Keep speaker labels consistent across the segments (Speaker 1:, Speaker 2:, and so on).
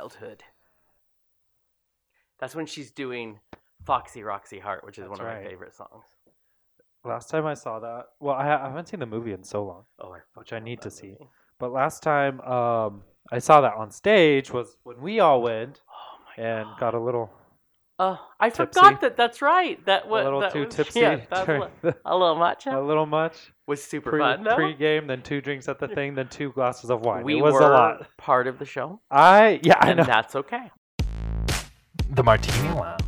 Speaker 1: childhood. That's when she's doing Foxy Roxy Heart, which is one
Speaker 2: That's
Speaker 1: of
Speaker 2: right.
Speaker 1: my favorite songs.
Speaker 2: Last time I saw that, well, I, ha- I haven't seen the movie in so long,
Speaker 1: Oh, I
Speaker 2: which I
Speaker 1: love
Speaker 2: need to
Speaker 1: that
Speaker 2: see.
Speaker 1: movie.
Speaker 2: But last time um, I saw that on stage was when we all went
Speaker 1: Oh my
Speaker 2: and
Speaker 1: god.
Speaker 2: got a little
Speaker 1: Uh, I
Speaker 2: tipsy.
Speaker 1: forgot that. That's right. That what
Speaker 2: a little
Speaker 1: that
Speaker 2: too
Speaker 1: was-
Speaker 2: tipsy
Speaker 1: Yeah, that's
Speaker 2: during
Speaker 1: what-
Speaker 2: the-
Speaker 1: a little
Speaker 2: a
Speaker 1: matcha
Speaker 2: little much
Speaker 1: was super
Speaker 2: pre
Speaker 1: fun. though.
Speaker 2: pre-game, then two drinks at the thing, then two glasses of wine.
Speaker 1: we
Speaker 2: it was
Speaker 1: were
Speaker 2: a lot.
Speaker 1: part of the show,
Speaker 2: I yeah, I
Speaker 1: and
Speaker 2: know.
Speaker 1: that's okay.
Speaker 2: The martini lounge.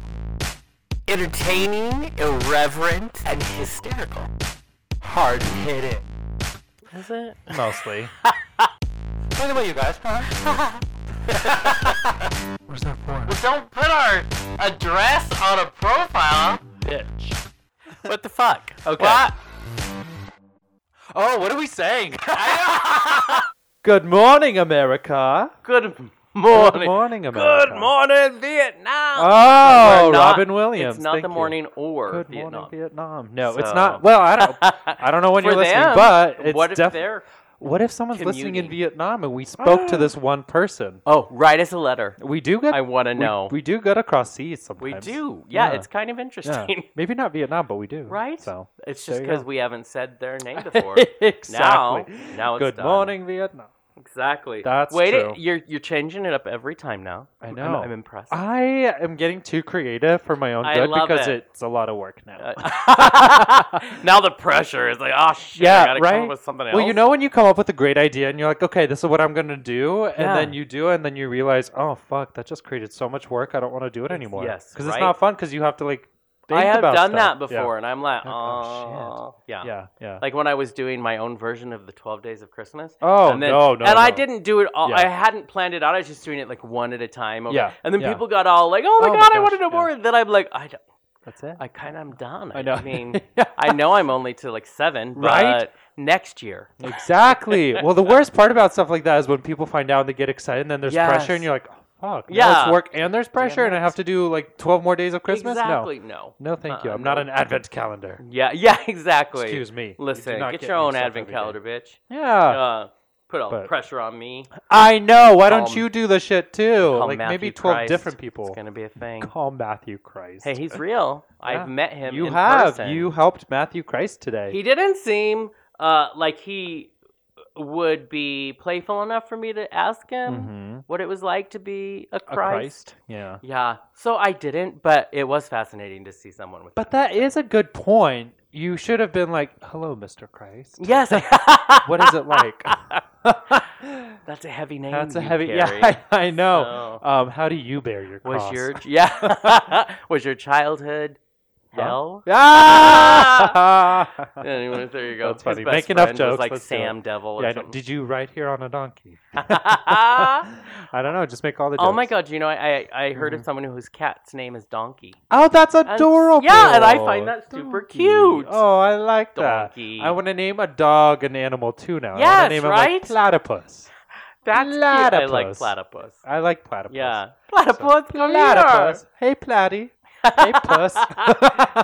Speaker 3: Entertaining, irreverent, and hysterical. Hard hitting.
Speaker 1: Is it?
Speaker 2: Mostly.
Speaker 3: By the way, you guys, huh?
Speaker 2: Where's that for?
Speaker 3: well, don't put our address on a profile, bitch.
Speaker 1: What the fuck? Okay.
Speaker 3: What?
Speaker 2: Oh, what are we saying? Good morning, America.
Speaker 1: Good morning.
Speaker 2: Good morning, America.
Speaker 1: Good morning, Vietnam.
Speaker 2: Oh,
Speaker 1: We're not-
Speaker 2: Robin Williams.
Speaker 1: It's not
Speaker 2: thank
Speaker 1: the
Speaker 2: you.
Speaker 1: morning or
Speaker 2: Good
Speaker 1: Vietnam.
Speaker 2: morning, Vietnam. No, it's
Speaker 1: So-
Speaker 2: not. Well, I don't. I don't know when
Speaker 1: For
Speaker 2: you're listening,
Speaker 1: them,
Speaker 2: but it's
Speaker 1: what if
Speaker 2: def-
Speaker 1: they're?
Speaker 2: What if someone's listening in
Speaker 1: commuting?
Speaker 2: Vietnam and we spoke to this one person?
Speaker 1: Oh, write us a letter.
Speaker 2: We do get.
Speaker 1: I want to
Speaker 2: we-
Speaker 1: know.
Speaker 2: We, do get across seas
Speaker 1: We
Speaker 2: sometimes.
Speaker 1: do. Yeah,
Speaker 2: Yeah.
Speaker 1: it's kind of
Speaker 2: Yeah.
Speaker 1: interesting.
Speaker 2: Maybe not Vietnam, but we do.
Speaker 1: Right?
Speaker 2: So
Speaker 1: It's just
Speaker 2: There you
Speaker 1: because
Speaker 2: go.
Speaker 1: we haven't said their name before. Now,
Speaker 2: exactly.
Speaker 1: now it's
Speaker 2: Good
Speaker 1: done.
Speaker 2: morning, Vietnam.
Speaker 1: Exactly.
Speaker 2: That's
Speaker 1: Wait,
Speaker 2: true.
Speaker 1: you're you're changing it up every time now.
Speaker 2: I
Speaker 1: I'm-
Speaker 2: know.
Speaker 1: I'm, I'm impressed.
Speaker 2: I am getting too creative for my own
Speaker 1: I
Speaker 2: good
Speaker 1: love
Speaker 2: because
Speaker 1: it.
Speaker 2: it's a lot of work now.
Speaker 1: Uh, now the pressure is like, oh shit,
Speaker 2: Yeah,
Speaker 1: I gotta
Speaker 2: right?
Speaker 1: come up with something else.
Speaker 2: Well, you know when you come up with a great idea and you're like, okay, this is what I'm gonna do, and
Speaker 1: Yeah.
Speaker 2: then you do, it, and then you realize, oh fuck, that just created so much work. I don't want to do it anymore.
Speaker 1: yes,
Speaker 2: because
Speaker 1: right?
Speaker 2: it's not fun. Because you have to like. Think
Speaker 1: I have
Speaker 2: about
Speaker 1: done that
Speaker 2: stuff.
Speaker 1: before, and I'm like,
Speaker 2: Like, oh,
Speaker 1: oh, yeah.
Speaker 2: Yeah, yeah. yeah.
Speaker 1: Like when I was doing my own version of the 12 Days of Christmas.
Speaker 2: oh
Speaker 1: and then,
Speaker 2: no, no.
Speaker 1: And I
Speaker 2: no.
Speaker 1: didn't do it all.
Speaker 2: Yeah.
Speaker 1: I hadn't planned it out. I was just doing it like one at a time. over-
Speaker 2: Yeah,
Speaker 1: And then
Speaker 2: yeah.
Speaker 1: people got all like, oh my
Speaker 2: Oh my
Speaker 1: god, I want to
Speaker 2: gosh,
Speaker 1: know
Speaker 2: yeah.
Speaker 1: more. And then I'm like, I, don't-
Speaker 2: That's it.
Speaker 1: I kind of am done.
Speaker 2: I know.
Speaker 1: I mean, I know I'm only to like seven, but
Speaker 2: Right?
Speaker 1: next year.
Speaker 2: exactly. Well, the worst part about stuff like that is when people find out and they get excited, and then there's pressure, and
Speaker 1: Yes.
Speaker 2: you're like, oh, fuck. now
Speaker 1: Yeah.
Speaker 2: it's work, and there's pressure, and I
Speaker 1: it.
Speaker 2: have to do like 12 more days of Christmas.
Speaker 1: Exactly. No.
Speaker 2: No, no, thank you.
Speaker 1: Uh-uh,
Speaker 2: I'm not
Speaker 1: no.
Speaker 2: an advent calendar.
Speaker 1: Yeah. Yeah. Exactly.
Speaker 2: Excuse me. You do
Speaker 1: Listen,
Speaker 2: not
Speaker 1: get,
Speaker 2: get
Speaker 1: your own
Speaker 2: yourself
Speaker 1: advent
Speaker 2: every day.
Speaker 1: calendar, bitch.
Speaker 2: Yeah.
Speaker 1: Uh, put all the
Speaker 2: but-
Speaker 1: pressure on me.
Speaker 2: I know. Why
Speaker 1: Call
Speaker 2: don't
Speaker 1: M-
Speaker 2: you do the shit too?
Speaker 1: Call
Speaker 2: Like maybe
Speaker 1: Matthew
Speaker 2: 12
Speaker 1: Christ.
Speaker 2: different
Speaker 1: It's
Speaker 2: people.
Speaker 1: gonna be a thing.
Speaker 2: Call Matthew Christ.
Speaker 1: Hey, he's real.
Speaker 2: Yeah.
Speaker 1: I've met him.
Speaker 2: you
Speaker 1: in
Speaker 2: have.
Speaker 1: person.
Speaker 2: You helped Matthew Christ today.
Speaker 1: He didn't seem uh, like he would be playful enough for me to ask him
Speaker 2: Mhm.
Speaker 1: what it was like to be a
Speaker 2: A
Speaker 1: Christ.
Speaker 2: Christ. Yeah.
Speaker 1: Yeah. So I didn't, but it was fascinating to see someone with.
Speaker 2: But that is a good point. You should have been like, "Hello, Mr. Christ.
Speaker 1: Yes.
Speaker 2: What is it like?"
Speaker 1: That's a heavy name.
Speaker 2: That's a
Speaker 1: you
Speaker 2: heavy.
Speaker 1: carry.
Speaker 2: Yeah, I, I know.
Speaker 1: So-
Speaker 2: Um, how do you bear your
Speaker 1: Was
Speaker 2: cross?
Speaker 1: your yeah? was your childhood
Speaker 2: Huh?
Speaker 1: hell?
Speaker 2: ah?
Speaker 1: Anyway, there you go.
Speaker 2: That's
Speaker 1: His
Speaker 2: funny.
Speaker 1: best
Speaker 2: Make enough
Speaker 1: friend was
Speaker 2: jokes,
Speaker 1: like
Speaker 2: let's do it.
Speaker 1: Sam Devil. Or
Speaker 2: yeah, I know.
Speaker 1: something.
Speaker 2: Did you ride here on a donkey?
Speaker 1: oh
Speaker 2: I don't know. Just make all the. Jokes. Mm-hmm.
Speaker 1: my god! You know, I I, I heard of someone whose cat's name is Donkey.
Speaker 2: Oh, that's
Speaker 1: And-
Speaker 2: adorable.
Speaker 1: yeah, and I find that super
Speaker 2: Donkey.
Speaker 1: cute.
Speaker 2: Oh, I like that.
Speaker 1: Donkey.
Speaker 2: I want to name a dog an animal too now. I
Speaker 1: Yes,
Speaker 2: want to name him
Speaker 1: right?
Speaker 2: like platypus.
Speaker 1: That's cute. I like
Speaker 2: Platypus.
Speaker 1: platypus.
Speaker 2: I like platypus. Oh,
Speaker 1: Yeah, platypus. come here.
Speaker 2: Platypus. Hey, platy. Hey, puss.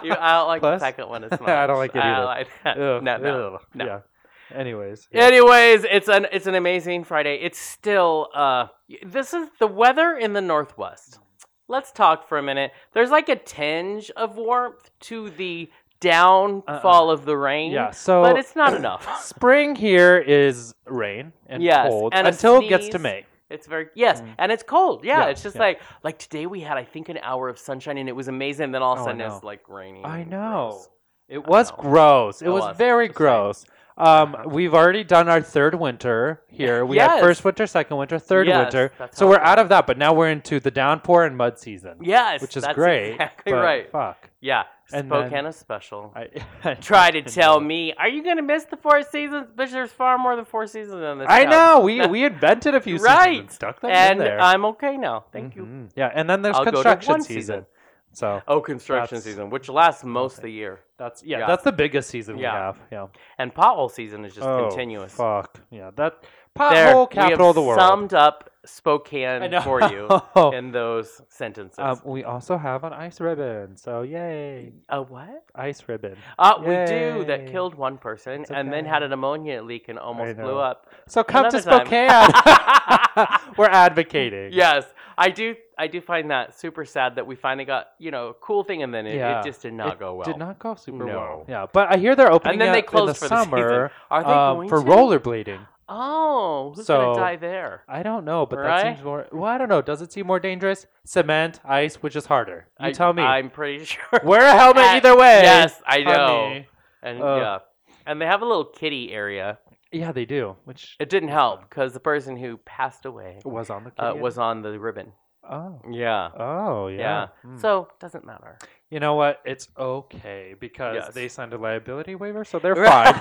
Speaker 1: You, I don't like the
Speaker 2: Puss?
Speaker 1: second one as much.
Speaker 2: I don't like it either.
Speaker 1: like that.
Speaker 2: Ugh,
Speaker 1: no, no,
Speaker 2: ugh,
Speaker 1: no.
Speaker 2: Yeah. Anyways.
Speaker 1: Anyways, it's an it's an amazing Friday. It's still uh this is the weather in the northwest. Let's talk for a minute. There's like a tinge of warmth to the downfall of the rain.
Speaker 2: Uh-uh. Yeah, so-
Speaker 1: but it's not enough.
Speaker 2: Spring here is rain and
Speaker 1: Yes,
Speaker 2: cold
Speaker 1: and a
Speaker 2: until it gets to
Speaker 1: sneeze.
Speaker 2: May.
Speaker 1: It's very yes, and it's cold. Yeah,
Speaker 2: Mm. Yeah,
Speaker 1: it's just
Speaker 2: yeah.
Speaker 1: like like today we had I think an hour of sunshine and it was amazing. And then all of a
Speaker 2: Oh, I
Speaker 1: sudden
Speaker 2: know.
Speaker 1: it's like raining.
Speaker 2: I
Speaker 1: and
Speaker 2: know.
Speaker 1: gross.
Speaker 2: It was
Speaker 1: know.
Speaker 2: gross. It,
Speaker 1: It
Speaker 2: was,
Speaker 1: was.
Speaker 2: very
Speaker 1: It's like-
Speaker 2: gross. Um, we've already done our third winter here. We had
Speaker 1: Yes.
Speaker 2: first winter, second winter, third
Speaker 1: Yes,
Speaker 2: winter.
Speaker 1: that's
Speaker 2: So
Speaker 1: how
Speaker 2: we're
Speaker 1: it
Speaker 2: out of that, but now we're into the downpour and mud season.
Speaker 1: Yes,
Speaker 2: which is
Speaker 1: that's
Speaker 2: great.
Speaker 1: Exactly
Speaker 2: but
Speaker 1: right.
Speaker 2: Fuck.
Speaker 1: Yeah,
Speaker 2: And
Speaker 1: Spokane
Speaker 2: then-
Speaker 1: is special.
Speaker 2: I,
Speaker 1: try to tell me, are you going to miss the four seasons? But there's far more than four seasons in this.
Speaker 2: I
Speaker 1: town.
Speaker 2: know. We we invented a few seasons
Speaker 1: right.
Speaker 2: and stuck them
Speaker 1: and
Speaker 2: in there.
Speaker 1: I'm okay now. Thank you.
Speaker 2: Mhm. Yeah, and then there's
Speaker 1: I'll go to
Speaker 2: construction
Speaker 1: one
Speaker 2: season.
Speaker 1: season.
Speaker 2: So
Speaker 1: Oh, construction
Speaker 2: That's-
Speaker 1: season, which lasts most of the year,
Speaker 2: that's yeah,
Speaker 1: Yeah.
Speaker 2: that's the biggest season
Speaker 1: Yeah.
Speaker 2: we have. Yeah.
Speaker 1: and pothole season is just
Speaker 2: Oh,
Speaker 1: continuous.
Speaker 2: Fuck. Yeah. That
Speaker 1: There,
Speaker 2: pothole
Speaker 1: we
Speaker 2: capital
Speaker 1: have
Speaker 2: of the world.
Speaker 1: Summed up
Speaker 2: I
Speaker 1: Spokane
Speaker 2: know.
Speaker 1: for you in those sentences.
Speaker 2: Um, we also have an ice ribbon. So yay,
Speaker 1: a what?
Speaker 2: ice ribbon.
Speaker 1: Uh, we do that
Speaker 2: Yay.
Speaker 1: killed one person
Speaker 2: It's
Speaker 1: and then
Speaker 2: okay.
Speaker 1: had an ammonia leak and almost
Speaker 2: know.
Speaker 1: blew up.
Speaker 2: So come
Speaker 1: Another
Speaker 2: to Spokane.
Speaker 1: time.
Speaker 2: We're advocating.
Speaker 1: Yes, I do I do find that super sad that we finally got you know a cool thing and then it,
Speaker 2: Yeah.
Speaker 1: it just did not
Speaker 2: It
Speaker 1: go well.
Speaker 2: Did not go super
Speaker 1: No.
Speaker 2: well. Yeah, but I hear they're opening
Speaker 1: then
Speaker 2: up
Speaker 1: they
Speaker 2: in the
Speaker 1: closed for the
Speaker 2: summer
Speaker 1: season. Are they
Speaker 2: um,
Speaker 1: going
Speaker 2: for
Speaker 1: to?
Speaker 2: rollerblading.
Speaker 1: Oh, who's
Speaker 2: So-
Speaker 1: gonna die there?
Speaker 2: I don't know, but that
Speaker 1: Right?
Speaker 2: seems more. Well, I don't know. Does it seem more dangerous? Cement, ice, which is harder? You
Speaker 1: I,
Speaker 2: tell me.
Speaker 1: I'm pretty sure.
Speaker 2: Wear a helmet
Speaker 1: At-
Speaker 2: either way.
Speaker 1: Yes, I know.
Speaker 2: honey. Uh,
Speaker 1: And
Speaker 2: Ugh.
Speaker 1: yeah, and they have a little kitty area.
Speaker 2: Yeah, they do. Which
Speaker 1: It didn't help because the person who passed away
Speaker 2: was on the.
Speaker 1: uh,
Speaker 2: kid?
Speaker 1: was on the ribbon.
Speaker 2: Oh.
Speaker 1: Yeah.
Speaker 2: Oh yeah.
Speaker 1: Yeah.
Speaker 2: Mm.
Speaker 1: So doesn't matter.
Speaker 2: you know what? It's okay because
Speaker 1: Yes.
Speaker 2: they signed a liability waiver, so they're fine.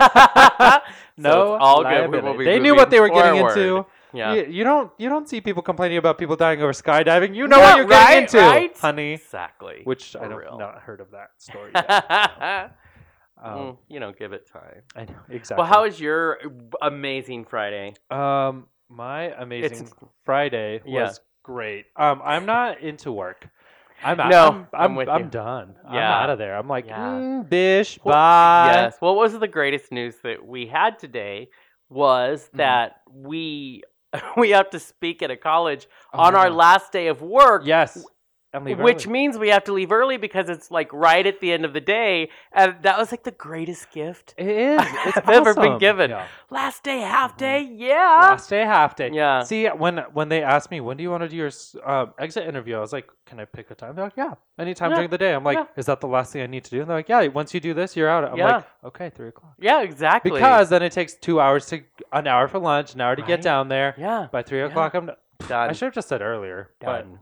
Speaker 1: no,
Speaker 2: No,
Speaker 1: all good. We
Speaker 2: liability.
Speaker 1: will be
Speaker 2: they knew
Speaker 1: moving
Speaker 2: what they were getting
Speaker 1: forward.
Speaker 2: into.
Speaker 1: Yeah.
Speaker 2: You, you don't you don't see people complaining about people dying over skydiving. You know what
Speaker 1: Yeah,
Speaker 2: you're
Speaker 1: right,
Speaker 2: getting into,
Speaker 1: right?
Speaker 2: honey.
Speaker 1: Exactly.
Speaker 2: Which
Speaker 1: For
Speaker 2: I don't
Speaker 1: real.
Speaker 2: not heard of that story. Yet.
Speaker 1: Mm,
Speaker 2: um,
Speaker 1: you know, give it time.
Speaker 2: I know exactly.
Speaker 1: Well, how is your amazing Friday?
Speaker 2: Um, my amazing Friday was
Speaker 1: Yeah.
Speaker 2: great. Um, I'm not into work. I'm out.
Speaker 1: No,
Speaker 2: I'm, I'm,
Speaker 1: I'm with you.
Speaker 2: done. I'm
Speaker 1: Yeah.
Speaker 2: out of there. I'm like,
Speaker 1: Yeah.
Speaker 2: mm, bish,
Speaker 1: Well,
Speaker 2: bye.
Speaker 1: yes. What was the greatest news that we had today was
Speaker 2: Mhm.
Speaker 1: that we we have to speak at a college
Speaker 2: Oh,
Speaker 1: on our
Speaker 2: no.
Speaker 1: last day of work.
Speaker 2: Yes. I'm leaving
Speaker 1: Which
Speaker 2: early.
Speaker 1: means we have to leave early because it's like right at the end of the day, and that was like the greatest gift.
Speaker 2: it is. It's
Speaker 1: I've never been
Speaker 2: awesome. Ah.
Speaker 1: given.
Speaker 2: Yeah.
Speaker 1: Last day, half day, yeah.
Speaker 2: Mm-hmm. Last day, half day.
Speaker 1: Yeah.
Speaker 2: See, when when they asked me when do you want to do your s- um, exit interview, I was like, can I pick a time? They're like, yeah, anytime
Speaker 1: Yeah.
Speaker 2: during the day. I'm like,
Speaker 1: Yeah.
Speaker 2: is that the last thing I need to do? And they're like, yeah. Once you do this, you're out. I'm like, okay, three o'clock.
Speaker 1: Yeah, exactly.
Speaker 2: Because then it takes two hours to an hour for lunch, an hour to
Speaker 1: Right?
Speaker 2: get down there.
Speaker 1: yeah,
Speaker 2: By three
Speaker 1: Yeah.
Speaker 2: o'clock, I'm. I
Speaker 1: done.
Speaker 2: should have just said earlier, but
Speaker 1: done.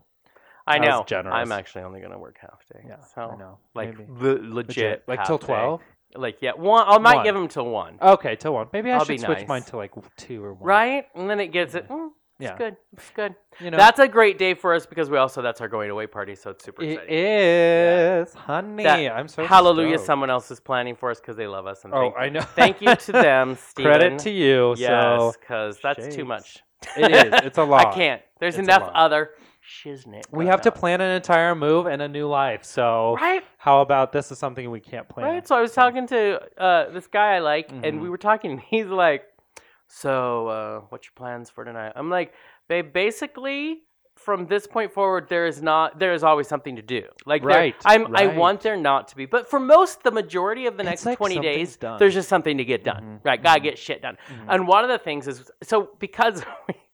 Speaker 1: I
Speaker 2: that was
Speaker 1: know.
Speaker 2: generous.
Speaker 1: I'm actually only gonna work half day.
Speaker 2: yeah,
Speaker 1: so
Speaker 2: I know.
Speaker 1: like
Speaker 2: maybe.
Speaker 1: le- legit,
Speaker 2: like
Speaker 1: half
Speaker 2: till
Speaker 1: day.
Speaker 2: twelve.
Speaker 1: Like yeah, one. I might
Speaker 2: One.
Speaker 1: give them till one.
Speaker 2: Okay, till one. Maybe I
Speaker 1: I'll be
Speaker 2: should switch
Speaker 1: nice.
Speaker 2: mine to like two or one.
Speaker 1: Right, and then it gets it. Mm, it's
Speaker 2: Yeah.
Speaker 1: good. It's good.
Speaker 2: You know,
Speaker 1: That's a great day for us because we also that's our going away party, so it's super
Speaker 2: it
Speaker 1: exciting.
Speaker 2: is, honey.
Speaker 1: That-
Speaker 2: I'm so
Speaker 1: Hallelujah!
Speaker 2: stoked.
Speaker 1: Someone else is planning for us because they love us, and
Speaker 2: Oh,
Speaker 1: thank,
Speaker 2: I know.
Speaker 1: thank you to them, Steven.
Speaker 2: Credit to you.
Speaker 1: yes,
Speaker 2: So
Speaker 1: because that's too
Speaker 2: shakes.
Speaker 1: much.
Speaker 2: it is. It's a lot.
Speaker 1: I can't. There's
Speaker 2: It's a
Speaker 1: enough
Speaker 2: lot.
Speaker 1: other shiznit.
Speaker 2: We
Speaker 1: going
Speaker 2: have to
Speaker 1: on.
Speaker 2: plan an entire move and a new life. So
Speaker 1: Right.
Speaker 2: how about this is something we can't plan?
Speaker 1: Right. So I was talking to uh, this guy I like, and
Speaker 2: Mhm.
Speaker 1: we were talking. He's like, "So, uh, what's your plans for tonight?" I'm like, "Babe, basically." From this point forward, there is not there is always something to do. Like there-
Speaker 2: Right,
Speaker 1: I'm, I
Speaker 2: right.
Speaker 1: want there not to be, but for most the majority of the
Speaker 2: It's
Speaker 1: next
Speaker 2: like
Speaker 1: 20
Speaker 2: something's
Speaker 1: days,
Speaker 2: done.
Speaker 1: there's just something to get done.
Speaker 2: Mhm,
Speaker 1: Right, gotta get shit done.
Speaker 2: Mhm.
Speaker 1: And one of the things is so because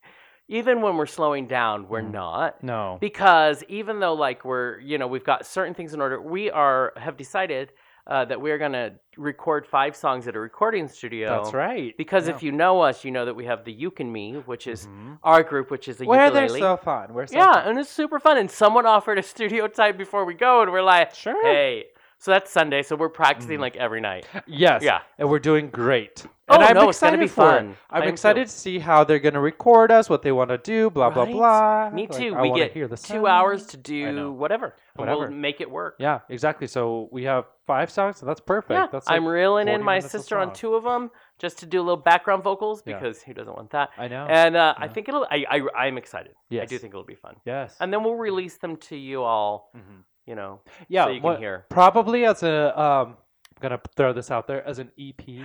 Speaker 1: even when we're slowing down, we're
Speaker 2: Mhm.
Speaker 1: not
Speaker 2: No.
Speaker 1: because even though like we're you know we've got certain things in order we are have decided uh, that we're going to record five songs at a recording studio
Speaker 2: That's right.
Speaker 1: because if you know us you know that we have the uke and me which is our group which is a
Speaker 2: Mm-hmm. where they're
Speaker 1: ukulele
Speaker 2: so fun. We're so
Speaker 1: yeah
Speaker 2: fun.
Speaker 1: and it's super fun and someone offered a studio time before we go and we're like
Speaker 2: Sure.
Speaker 1: hey so that's sunday so we're practicing
Speaker 2: Mhm.
Speaker 1: like every night
Speaker 2: Yes.
Speaker 1: Yeah.
Speaker 2: And we're doing great.
Speaker 1: Oh,
Speaker 2: and I'm
Speaker 1: no, it's gonna
Speaker 2: excited
Speaker 1: be
Speaker 2: for it.
Speaker 1: fun. I
Speaker 2: I'm
Speaker 1: am too.
Speaker 2: excited to see how they're going to record us, what they want to do, blah blah
Speaker 1: Right?
Speaker 2: blah.
Speaker 1: me
Speaker 2: Like,
Speaker 1: too
Speaker 2: I
Speaker 1: we
Speaker 2: wanna
Speaker 1: get
Speaker 2: hear the
Speaker 1: two hours
Speaker 2: sounds.
Speaker 1: to
Speaker 2: Um, know.
Speaker 1: do whatever,
Speaker 2: Whatever.
Speaker 1: and we'll make it work
Speaker 2: Yeah, exactly. So we have five songs, and that's perfect.
Speaker 1: Yeah,
Speaker 2: That's like,
Speaker 1: I'm reeling
Speaker 2: 40
Speaker 1: in my
Speaker 2: minutes a
Speaker 1: sister on
Speaker 2: song.
Speaker 1: two of them just to do a little background vocals
Speaker 2: Yeah.
Speaker 1: because who doesn't want that?
Speaker 2: I know.
Speaker 1: And uh, I
Speaker 2: yeah.
Speaker 1: think it'll. I, I I'm excited. I
Speaker 2: Yes.
Speaker 1: do think it'll be fun.
Speaker 2: yes.
Speaker 1: And then we'll release them to you all.
Speaker 2: Mhm.
Speaker 1: You know,
Speaker 2: Yeah.
Speaker 1: so you
Speaker 2: what-
Speaker 1: can hear.
Speaker 2: Probably as a um, I'm gonna throw this out there as an EP.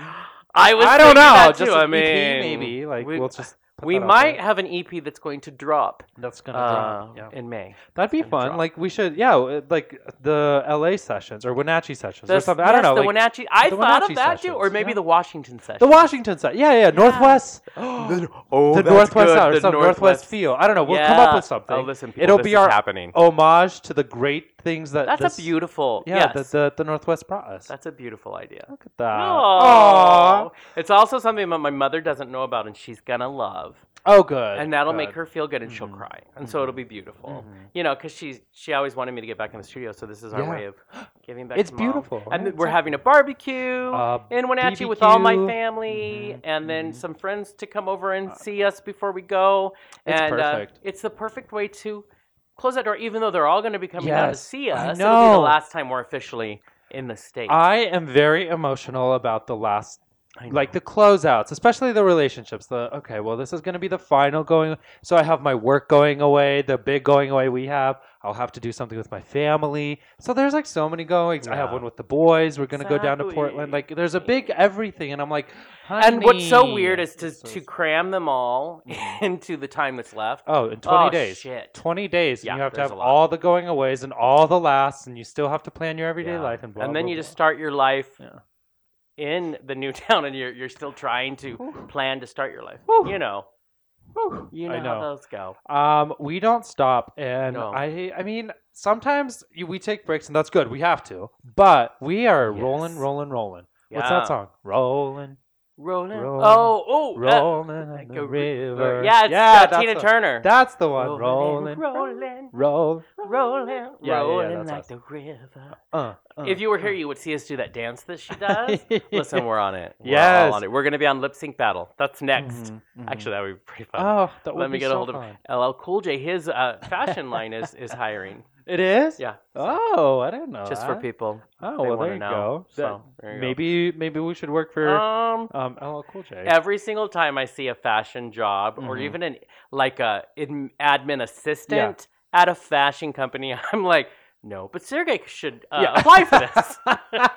Speaker 1: I was.
Speaker 2: I don't
Speaker 1: thinking
Speaker 2: know.
Speaker 1: that
Speaker 2: Just
Speaker 1: too. I
Speaker 2: an
Speaker 1: mean,
Speaker 2: EP maybe. Like
Speaker 1: we,
Speaker 2: we, will just. put
Speaker 1: we
Speaker 2: that out
Speaker 1: might
Speaker 2: there.
Speaker 1: have an EP that's going to drop
Speaker 2: That's gonna.
Speaker 1: uh,
Speaker 2: drop, yeah.
Speaker 1: in May.
Speaker 2: That'd be
Speaker 1: gonna
Speaker 2: fun.
Speaker 1: drop.
Speaker 2: Like we should, yeah, uh, like the LA sessions or Wenatchee sessions or
Speaker 1: That's-
Speaker 2: something. I don't
Speaker 1: yes,
Speaker 2: know,
Speaker 1: The
Speaker 2: like
Speaker 1: Wenatchee. I
Speaker 2: the
Speaker 1: thought
Speaker 2: Wenatchee
Speaker 1: of that too,
Speaker 2: sessions,
Speaker 1: or maybe
Speaker 2: yeah.
Speaker 1: the Washington session.
Speaker 2: the Washington side. Yeah, yeah, Northwest.
Speaker 1: The, oh,
Speaker 2: the
Speaker 1: that's
Speaker 2: Northwest
Speaker 1: good,
Speaker 2: side or
Speaker 1: the
Speaker 2: some Northwest. feel. I don't know. We'll come
Speaker 1: Yeah.
Speaker 2: up with something.
Speaker 1: Oh, listen, people,
Speaker 2: It'll
Speaker 1: this
Speaker 2: be
Speaker 1: is
Speaker 2: our
Speaker 1: happening.
Speaker 2: homage to the great things that.
Speaker 1: That's
Speaker 2: this-
Speaker 1: a beautiful.
Speaker 2: Yeah,
Speaker 1: yes.
Speaker 2: that the, the Northwest brought us.
Speaker 1: That's a beautiful idea.
Speaker 2: Look at that.
Speaker 1: Oh,
Speaker 2: Aw.
Speaker 1: it's also something that my mother doesn't know about, and she's gonna love,
Speaker 2: Oh, good.
Speaker 1: and that'll
Speaker 2: good. Mm-hmm.
Speaker 1: make her feel good, and she'll cry, and so it'll be beautiful. You know, because she's she always wanted me to get back in the studio, so this is our
Speaker 2: Yeah.
Speaker 1: way of giving back.
Speaker 2: It's
Speaker 1: to Mom.
Speaker 2: beautiful,
Speaker 1: and
Speaker 2: right?
Speaker 1: we're having a barbecue
Speaker 2: Uh,
Speaker 1: in Wenatchee with all my
Speaker 2: BBQ.
Speaker 1: family,
Speaker 2: Mm-hmm.
Speaker 1: and then some friends to come over and see us before we go.
Speaker 2: Uh, It's
Speaker 1: and uh,
Speaker 2: perfect.
Speaker 1: it's the perfect way to close that door, even though they're all going to be coming down to
Speaker 2: Yes,
Speaker 1: see
Speaker 2: I
Speaker 1: us. It'll be the
Speaker 2: know.
Speaker 1: last time we're officially in the state.
Speaker 2: I am very emotional about the last
Speaker 1: I
Speaker 2: like the closeouts, especially the relationships. The okay, well, this is going to be the final going. So I have my work going away, the big going away we have. I'll have to do something with my family. So there's like so many goings. I have
Speaker 1: Yeah.
Speaker 2: one with the boys. We're going to go down to
Speaker 1: Exactly.
Speaker 2: Portland. Like there's a big everything, and I'm like,
Speaker 1: and what's so
Speaker 2: "Honey."
Speaker 1: weird is to
Speaker 2: It's so- Mm-hmm.
Speaker 1: to cram them all into the time that's left.
Speaker 2: oh, in 20
Speaker 1: Oh,
Speaker 2: days.
Speaker 1: shit.
Speaker 2: 20 days,
Speaker 1: Yeah,
Speaker 2: and you have to
Speaker 1: there's
Speaker 2: have
Speaker 1: a lot.
Speaker 2: all the going aways and all the lasts, and you still have to plan your everyday
Speaker 1: Yeah.
Speaker 2: life and blah.
Speaker 1: and then
Speaker 2: blah,
Speaker 1: you
Speaker 2: blah.
Speaker 1: just start your life
Speaker 2: Yeah.
Speaker 1: in the new town, and you're you're still trying to
Speaker 2: Whew.
Speaker 1: plan to start your life.
Speaker 2: Whew.
Speaker 1: You know,
Speaker 2: Whew.
Speaker 1: you know,
Speaker 2: I
Speaker 1: how
Speaker 2: know.
Speaker 1: those go.
Speaker 2: Um, we don't stop, and
Speaker 1: No.
Speaker 2: I, I mean, sometimes you, we take breaks, and that's good. We have to, but we are rolling,
Speaker 1: Yes.
Speaker 2: rolling, rolling. What's
Speaker 1: Yeah.
Speaker 2: that song? Rolling,
Speaker 1: Rolling.
Speaker 2: Rolling.
Speaker 1: Oh, oh, uh,
Speaker 2: rolling
Speaker 1: like
Speaker 2: on the
Speaker 1: a
Speaker 2: river.
Speaker 1: Yeah, it's uh,
Speaker 2: that's
Speaker 1: Tina
Speaker 2: the,
Speaker 1: Turner.
Speaker 2: That's the one.
Speaker 1: Rolling,
Speaker 2: Rolling,
Speaker 1: rolling,
Speaker 2: roll.
Speaker 1: rolling,
Speaker 2: Yeah, yeah, yeah,
Speaker 1: rolling
Speaker 2: that's
Speaker 1: like
Speaker 2: us.
Speaker 1: the river.
Speaker 2: Uh, uh,
Speaker 1: if you were here, you would see us do that dance that she does. Listen, we're on it. We're all
Speaker 2: Yes.
Speaker 1: on it. We're going to be on Lip Sync Battle. That's next.
Speaker 2: Mhm, mhm.
Speaker 1: Actually, that would be pretty fun.
Speaker 2: oh, that would
Speaker 1: Let me
Speaker 2: be
Speaker 1: get
Speaker 2: so
Speaker 1: a hold of
Speaker 2: fun.
Speaker 1: LL Cool J. His uh, fashion line is is hiring.
Speaker 2: It is.
Speaker 1: Yeah.
Speaker 2: Oh, I didn't know.
Speaker 1: Just for
Speaker 2: that.
Speaker 1: people.
Speaker 2: Oh,
Speaker 1: they
Speaker 2: well,
Speaker 1: wanna
Speaker 2: there you
Speaker 1: know.
Speaker 2: go.
Speaker 1: So,
Speaker 2: That-
Speaker 1: there you go.
Speaker 2: maybe, maybe we should work for
Speaker 1: Um,
Speaker 2: um LL Cool J.
Speaker 1: every single time I see a fashion job or
Speaker 2: Mhm.
Speaker 1: even an like a adm- admin assistant at a fashion company, I'm like, no, but Sergey should uh,
Speaker 2: Yeah.
Speaker 1: apply for this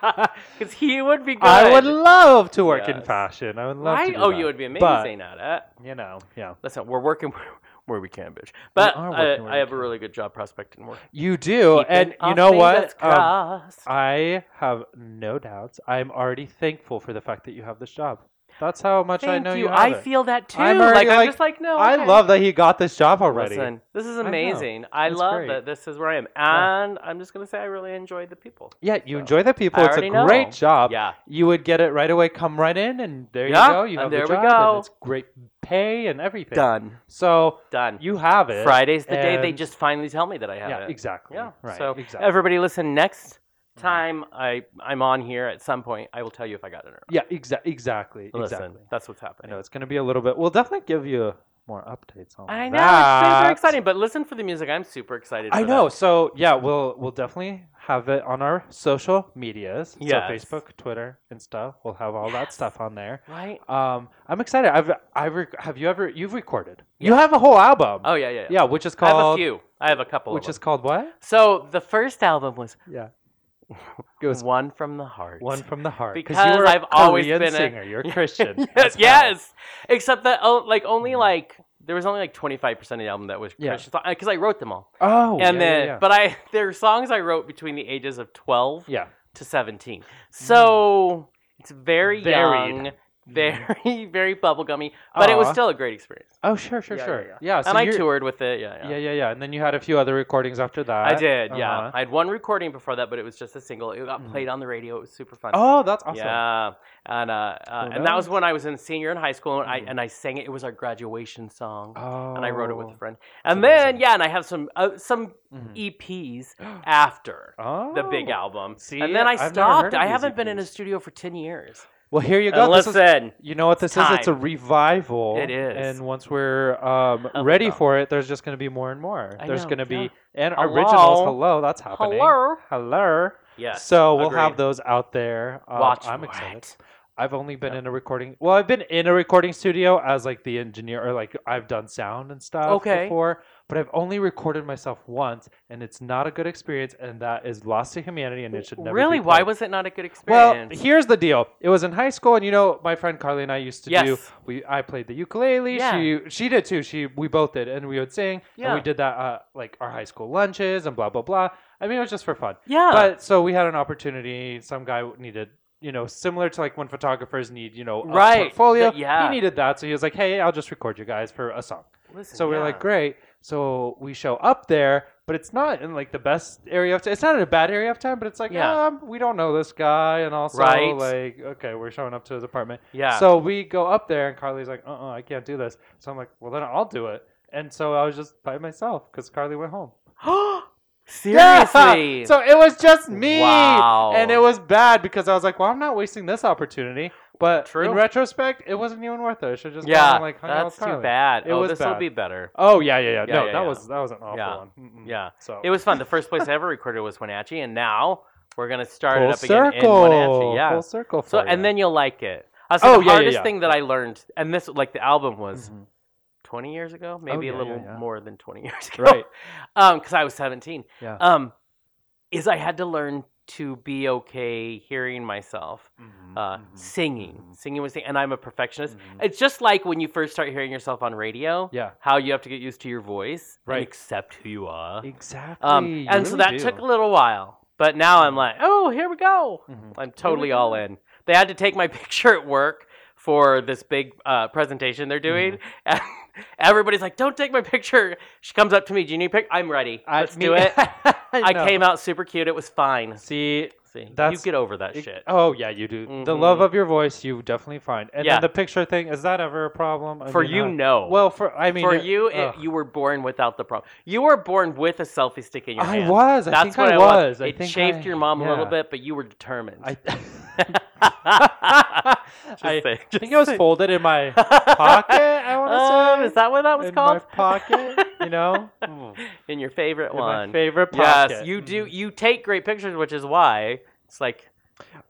Speaker 1: because he would be good.
Speaker 2: I would love to work in
Speaker 1: Yes.
Speaker 2: fashion. I would love
Speaker 1: Right?
Speaker 2: to. do
Speaker 1: Oh,
Speaker 2: that.
Speaker 1: you would be
Speaker 2: But-
Speaker 1: amazing at it.
Speaker 2: You know, yeah.
Speaker 1: Listen, we're working where we can, bitch. But
Speaker 2: are
Speaker 1: I,
Speaker 2: working where
Speaker 1: I
Speaker 2: we
Speaker 1: have a
Speaker 2: can.
Speaker 1: really good job prospect in work.
Speaker 2: You do,
Speaker 1: Keeping
Speaker 2: and you
Speaker 1: our
Speaker 2: know
Speaker 1: fingers
Speaker 2: what? Um,
Speaker 1: crossed.
Speaker 2: I have no doubts. I'm already thankful for the fact that you have this job. That's how much I
Speaker 1: Thank
Speaker 2: know
Speaker 1: you.
Speaker 2: you. have
Speaker 1: I
Speaker 2: it.
Speaker 1: feel that too.
Speaker 2: I'm
Speaker 1: like,
Speaker 2: already
Speaker 1: I'm
Speaker 2: like-
Speaker 1: just like no.
Speaker 2: I
Speaker 1: okay.
Speaker 2: love that he got this job already.
Speaker 1: Listen, this is
Speaker 2: know.
Speaker 1: amazing. I,
Speaker 2: That's
Speaker 1: love
Speaker 2: great.
Speaker 1: that this is where I am,
Speaker 2: Yeah.
Speaker 1: and I'm just gonna say I really enjoyed the people.
Speaker 2: Yeah, you
Speaker 1: So,
Speaker 2: enjoy the people.
Speaker 1: I
Speaker 2: It's a
Speaker 1: already know.
Speaker 2: great job.
Speaker 1: Yeah,
Speaker 2: You would get it right away. Come right in, and there
Speaker 1: Yeah,
Speaker 2: you go. You
Speaker 1: and
Speaker 2: have
Speaker 1: there
Speaker 2: the
Speaker 1: we
Speaker 2: job,
Speaker 1: go.
Speaker 2: And it's great pay and everything.
Speaker 1: done,
Speaker 2: So
Speaker 1: done.
Speaker 2: you have it.
Speaker 1: Friday's the day they
Speaker 2: and-
Speaker 1: just finally tell me that I have
Speaker 2: Yeah,
Speaker 1: it.
Speaker 2: exactly.
Speaker 1: Yeah,
Speaker 2: right.
Speaker 1: So
Speaker 2: exactly.
Speaker 1: everybody, listen. Next time I I'm on here at some point, I will tell you if I got it or
Speaker 2: yeah, exa- exactly.
Speaker 1: not. Listen,
Speaker 2: Exactly.
Speaker 1: that's what's
Speaker 2: I
Speaker 1: happening.
Speaker 2: know it's going to be a little bit. We'll definitely give you more updates on.
Speaker 1: I know it's super
Speaker 2: that.
Speaker 1: exciting, but listen for the music. I'm super excited.
Speaker 2: I
Speaker 1: for
Speaker 2: know.
Speaker 1: that.
Speaker 2: So yeah, we'll we'll definitely have it on our social medias.
Speaker 1: Yes.
Speaker 2: So Facebook, Twitter, Insta. We'll have all that
Speaker 1: Yes.
Speaker 2: stuff on there.
Speaker 1: right?
Speaker 2: Um, I'm excited. I've I've rec- have you ever you've recorded? You have a whole album.
Speaker 1: Oh yeah, yeah, yeah.
Speaker 2: yeah, which is
Speaker 1: I
Speaker 2: called
Speaker 1: have a few. I have a couple.
Speaker 2: which
Speaker 1: of
Speaker 2: is called what?
Speaker 1: them. so the first album was
Speaker 2: Yeah. It was
Speaker 1: one from the heart.
Speaker 2: one from the heart
Speaker 1: Because
Speaker 2: you were a
Speaker 1: I've always
Speaker 2: Korean
Speaker 1: been a-
Speaker 2: singer. You're a Christian.
Speaker 1: yes,
Speaker 2: as hell.
Speaker 1: yes. Except that, oh, like only
Speaker 2: Mm.
Speaker 1: like there was only like twenty five percent of the album that was
Speaker 2: Yeah.
Speaker 1: Christian because I wrote them all.
Speaker 2: Oh,
Speaker 1: and
Speaker 2: yeah,
Speaker 1: then,
Speaker 2: yeah, yeah.
Speaker 1: but I there are songs I wrote between the ages of twelve
Speaker 2: yeah, Mm.
Speaker 1: to seventeen. So it's very
Speaker 2: Varied.
Speaker 1: young, very very bubblegummy, but it was
Speaker 2: Aw.
Speaker 1: still a great experience.
Speaker 2: oh sure, sure,
Speaker 1: Yeah,
Speaker 2: sure.
Speaker 1: yeah, yeah.
Speaker 2: Yeah, so
Speaker 1: and I
Speaker 2: you're-
Speaker 1: toured with it. Yeah, yeah.
Speaker 2: Yeah, yeah, yeah. And then you had a few other recordings after that.
Speaker 1: I did, yeah.
Speaker 2: Uh-huh.
Speaker 1: I had one recording before that, but it was just a single. It got
Speaker 2: Mhm.
Speaker 1: played on the radio. It was super fun.
Speaker 2: Oh, that's awesome.
Speaker 1: Yeah, and uh, uh, and that
Speaker 2: nice.
Speaker 1: was when I was in senior in high school, and I
Speaker 2: Mhm.
Speaker 1: and I sang it. It was our graduation song,
Speaker 2: Oh.
Speaker 1: and I wrote it with a friend.
Speaker 2: that's
Speaker 1: And then
Speaker 2: amazing.
Speaker 1: yeah, and I have some uh, some
Speaker 2: Mhm.
Speaker 1: EPs after
Speaker 2: Oh.
Speaker 1: the big album.
Speaker 2: See,
Speaker 1: and then I
Speaker 2: I've never heard
Speaker 1: stopped.
Speaker 2: of
Speaker 1: I
Speaker 2: these
Speaker 1: haven't been in a
Speaker 2: EPs.
Speaker 1: studio for ten years.
Speaker 2: Well, here you go.
Speaker 1: And
Speaker 2: This is,
Speaker 1: listen,
Speaker 2: you know what this is? It's a revival.
Speaker 1: It is.
Speaker 2: And once we're um,
Speaker 1: Of
Speaker 2: ready
Speaker 1: the-
Speaker 2: for it, there's just going to be more and more.
Speaker 1: I
Speaker 2: there's
Speaker 1: know,
Speaker 2: going to be
Speaker 1: yeah.
Speaker 2: and
Speaker 1: Hello.
Speaker 2: originals. Hello, that's happening.
Speaker 1: hello.
Speaker 2: Hello.
Speaker 1: Yes.
Speaker 2: so we'll have
Speaker 1: agreed.
Speaker 2: those out there. Um,
Speaker 1: Watch.
Speaker 2: I'm
Speaker 1: for
Speaker 2: excited.
Speaker 1: it.
Speaker 2: I've only been
Speaker 1: Yeah.
Speaker 2: in a recording. Well, I've been in a recording studio as like the engineer, or like I've done sound and stuff
Speaker 1: Okay.
Speaker 2: before. But I've only recorded myself once, and it's not a good experience, and that is lost to humanity, and it should never.
Speaker 1: Really?
Speaker 2: Be
Speaker 1: Why
Speaker 2: played.
Speaker 1: was it not a good
Speaker 2: Well,
Speaker 1: experience?
Speaker 2: here's the deal. It was in high school, and you know, my friend Carly and I used to do.
Speaker 1: Yes.
Speaker 2: We I played the ukulele.
Speaker 1: Yeah.
Speaker 2: She she did too. She we both did, and we would sing. And
Speaker 1: Yeah.
Speaker 2: we did that uh, like our high school lunches and blah blah blah. I mean, it was just for fun.
Speaker 1: yeah.
Speaker 2: But so we had an opportunity. Some guy needed, you know, similar to like when photographers need, you know, a
Speaker 1: Right.
Speaker 2: portfolio.
Speaker 1: Th- yeah.
Speaker 2: He needed that. So he was like, hey, I'll just record you guys for a song.
Speaker 1: Listen,
Speaker 2: So we're like,
Speaker 1: yeah.
Speaker 2: great. So we show up there, but it's not in like the best area of town. It's not in a bad area of town, but it's like,
Speaker 1: Yeah.
Speaker 2: um, we don't know this guy. And also,
Speaker 1: Right.
Speaker 2: like, okay, we're showing up to his apartment.
Speaker 1: yeah.
Speaker 2: So we go up there, and Carly's like, uh uh I can't do this. So I'm like, well, then I'll do it. And so I was just by myself because Carly went home. Yeah.
Speaker 1: Seriously.
Speaker 2: So it was just me.
Speaker 1: Wow.
Speaker 2: And it was bad because I was like, well, I'm not wasting this opportunity. But
Speaker 1: True.
Speaker 2: in retrospect, it wasn't even worth it. I should just
Speaker 1: yeah,
Speaker 2: yeah, like hung out
Speaker 1: that's
Speaker 2: with
Speaker 1: too
Speaker 2: Carly.
Speaker 1: bad.
Speaker 2: It
Speaker 1: oh,
Speaker 2: was
Speaker 1: this will
Speaker 2: bad.
Speaker 1: be better.
Speaker 2: Oh yeah, yeah, yeah.
Speaker 1: Yeah,
Speaker 2: no,
Speaker 1: yeah,
Speaker 2: that
Speaker 1: yeah.
Speaker 2: was that was an awful
Speaker 1: Yeah.
Speaker 2: one. Mm-mm.
Speaker 1: Yeah,
Speaker 2: So
Speaker 1: it was fun. The first place I ever recorded was Wenatchee, and now we're gonna start
Speaker 2: full
Speaker 1: it up again in
Speaker 2: circle.
Speaker 1: Wenatchee. Yeah.
Speaker 2: Full circle.
Speaker 1: So
Speaker 2: for ya.
Speaker 1: and then you'll like it. I said
Speaker 2: Oh,
Speaker 1: the
Speaker 2: yeah, yeah,
Speaker 1: hardest
Speaker 2: yeah. Mm-hmm.
Speaker 1: thing that I learned, and this like the album was 20 years ago, maybe
Speaker 2: Oh,
Speaker 1: a
Speaker 2: yeah,
Speaker 1: little
Speaker 2: yeah, yeah.
Speaker 1: more than 20 years ago,
Speaker 2: Right.
Speaker 1: Because I was 17.
Speaker 2: Yeah.
Speaker 1: Um, is I had to learn to be okay hearing myself
Speaker 2: Mm-hmm.
Speaker 1: uh, singing, singing was, and I'm a perfectionist. It's just like when you first start hearing yourself on radio,
Speaker 2: Yeah.
Speaker 1: how you have to get used to your voice, and
Speaker 2: Right.
Speaker 1: accept who you are.
Speaker 2: Exactly.
Speaker 1: Um,
Speaker 2: you
Speaker 1: and so that
Speaker 2: really
Speaker 1: took a
Speaker 2: do.
Speaker 1: little while, but now I'm like, oh, here we go.
Speaker 2: Mhm.
Speaker 1: I'm totally all in. They had to take my picture at work for this big uh, presentation they're doing.
Speaker 2: Mm-hmm.
Speaker 1: And everybody's like, don't take my picture. She comes up to me, do you need a pic? I'm ready.
Speaker 2: I-
Speaker 1: Let's
Speaker 2: me-
Speaker 1: do it.
Speaker 2: I,
Speaker 1: I
Speaker 2: know.
Speaker 1: came out super cute. It was fine.
Speaker 2: See,
Speaker 1: See, you
Speaker 2: That's-
Speaker 1: get over that
Speaker 2: it-
Speaker 1: shit.
Speaker 2: oh yeah, you do. The love
Speaker 1: Mhm.
Speaker 2: of your voice, you definitely find. And
Speaker 1: Yeah.
Speaker 2: then the picture thing, is that ever a problem? I
Speaker 1: for
Speaker 2: mean,
Speaker 1: you,
Speaker 2: uh,
Speaker 1: no.
Speaker 2: Well, for I mean,
Speaker 1: for
Speaker 2: it-
Speaker 1: you, it,
Speaker 2: ugh.
Speaker 1: you were born without the problem. You were born with a selfie stick in your
Speaker 2: I
Speaker 1: hand.
Speaker 2: was. I
Speaker 1: That's
Speaker 2: think
Speaker 1: what
Speaker 2: I
Speaker 1: it
Speaker 2: was. I
Speaker 1: it
Speaker 2: think
Speaker 1: chafed
Speaker 2: I-
Speaker 1: your mom a little
Speaker 2: yeah.
Speaker 1: bit, but you were determined.
Speaker 2: I,
Speaker 1: Just
Speaker 2: I
Speaker 1: saying, just
Speaker 2: think it was
Speaker 1: saying.
Speaker 2: folded in my pocket. I want to
Speaker 1: Um,
Speaker 2: say
Speaker 1: is that what that was
Speaker 2: in
Speaker 1: called?
Speaker 2: my pocket. You know, Mm.
Speaker 1: in your favorite
Speaker 2: in
Speaker 1: one.
Speaker 2: my favorite
Speaker 1: yes,
Speaker 2: pocket.
Speaker 1: you do.
Speaker 2: Mm.
Speaker 1: You take great pictures, which is why it's like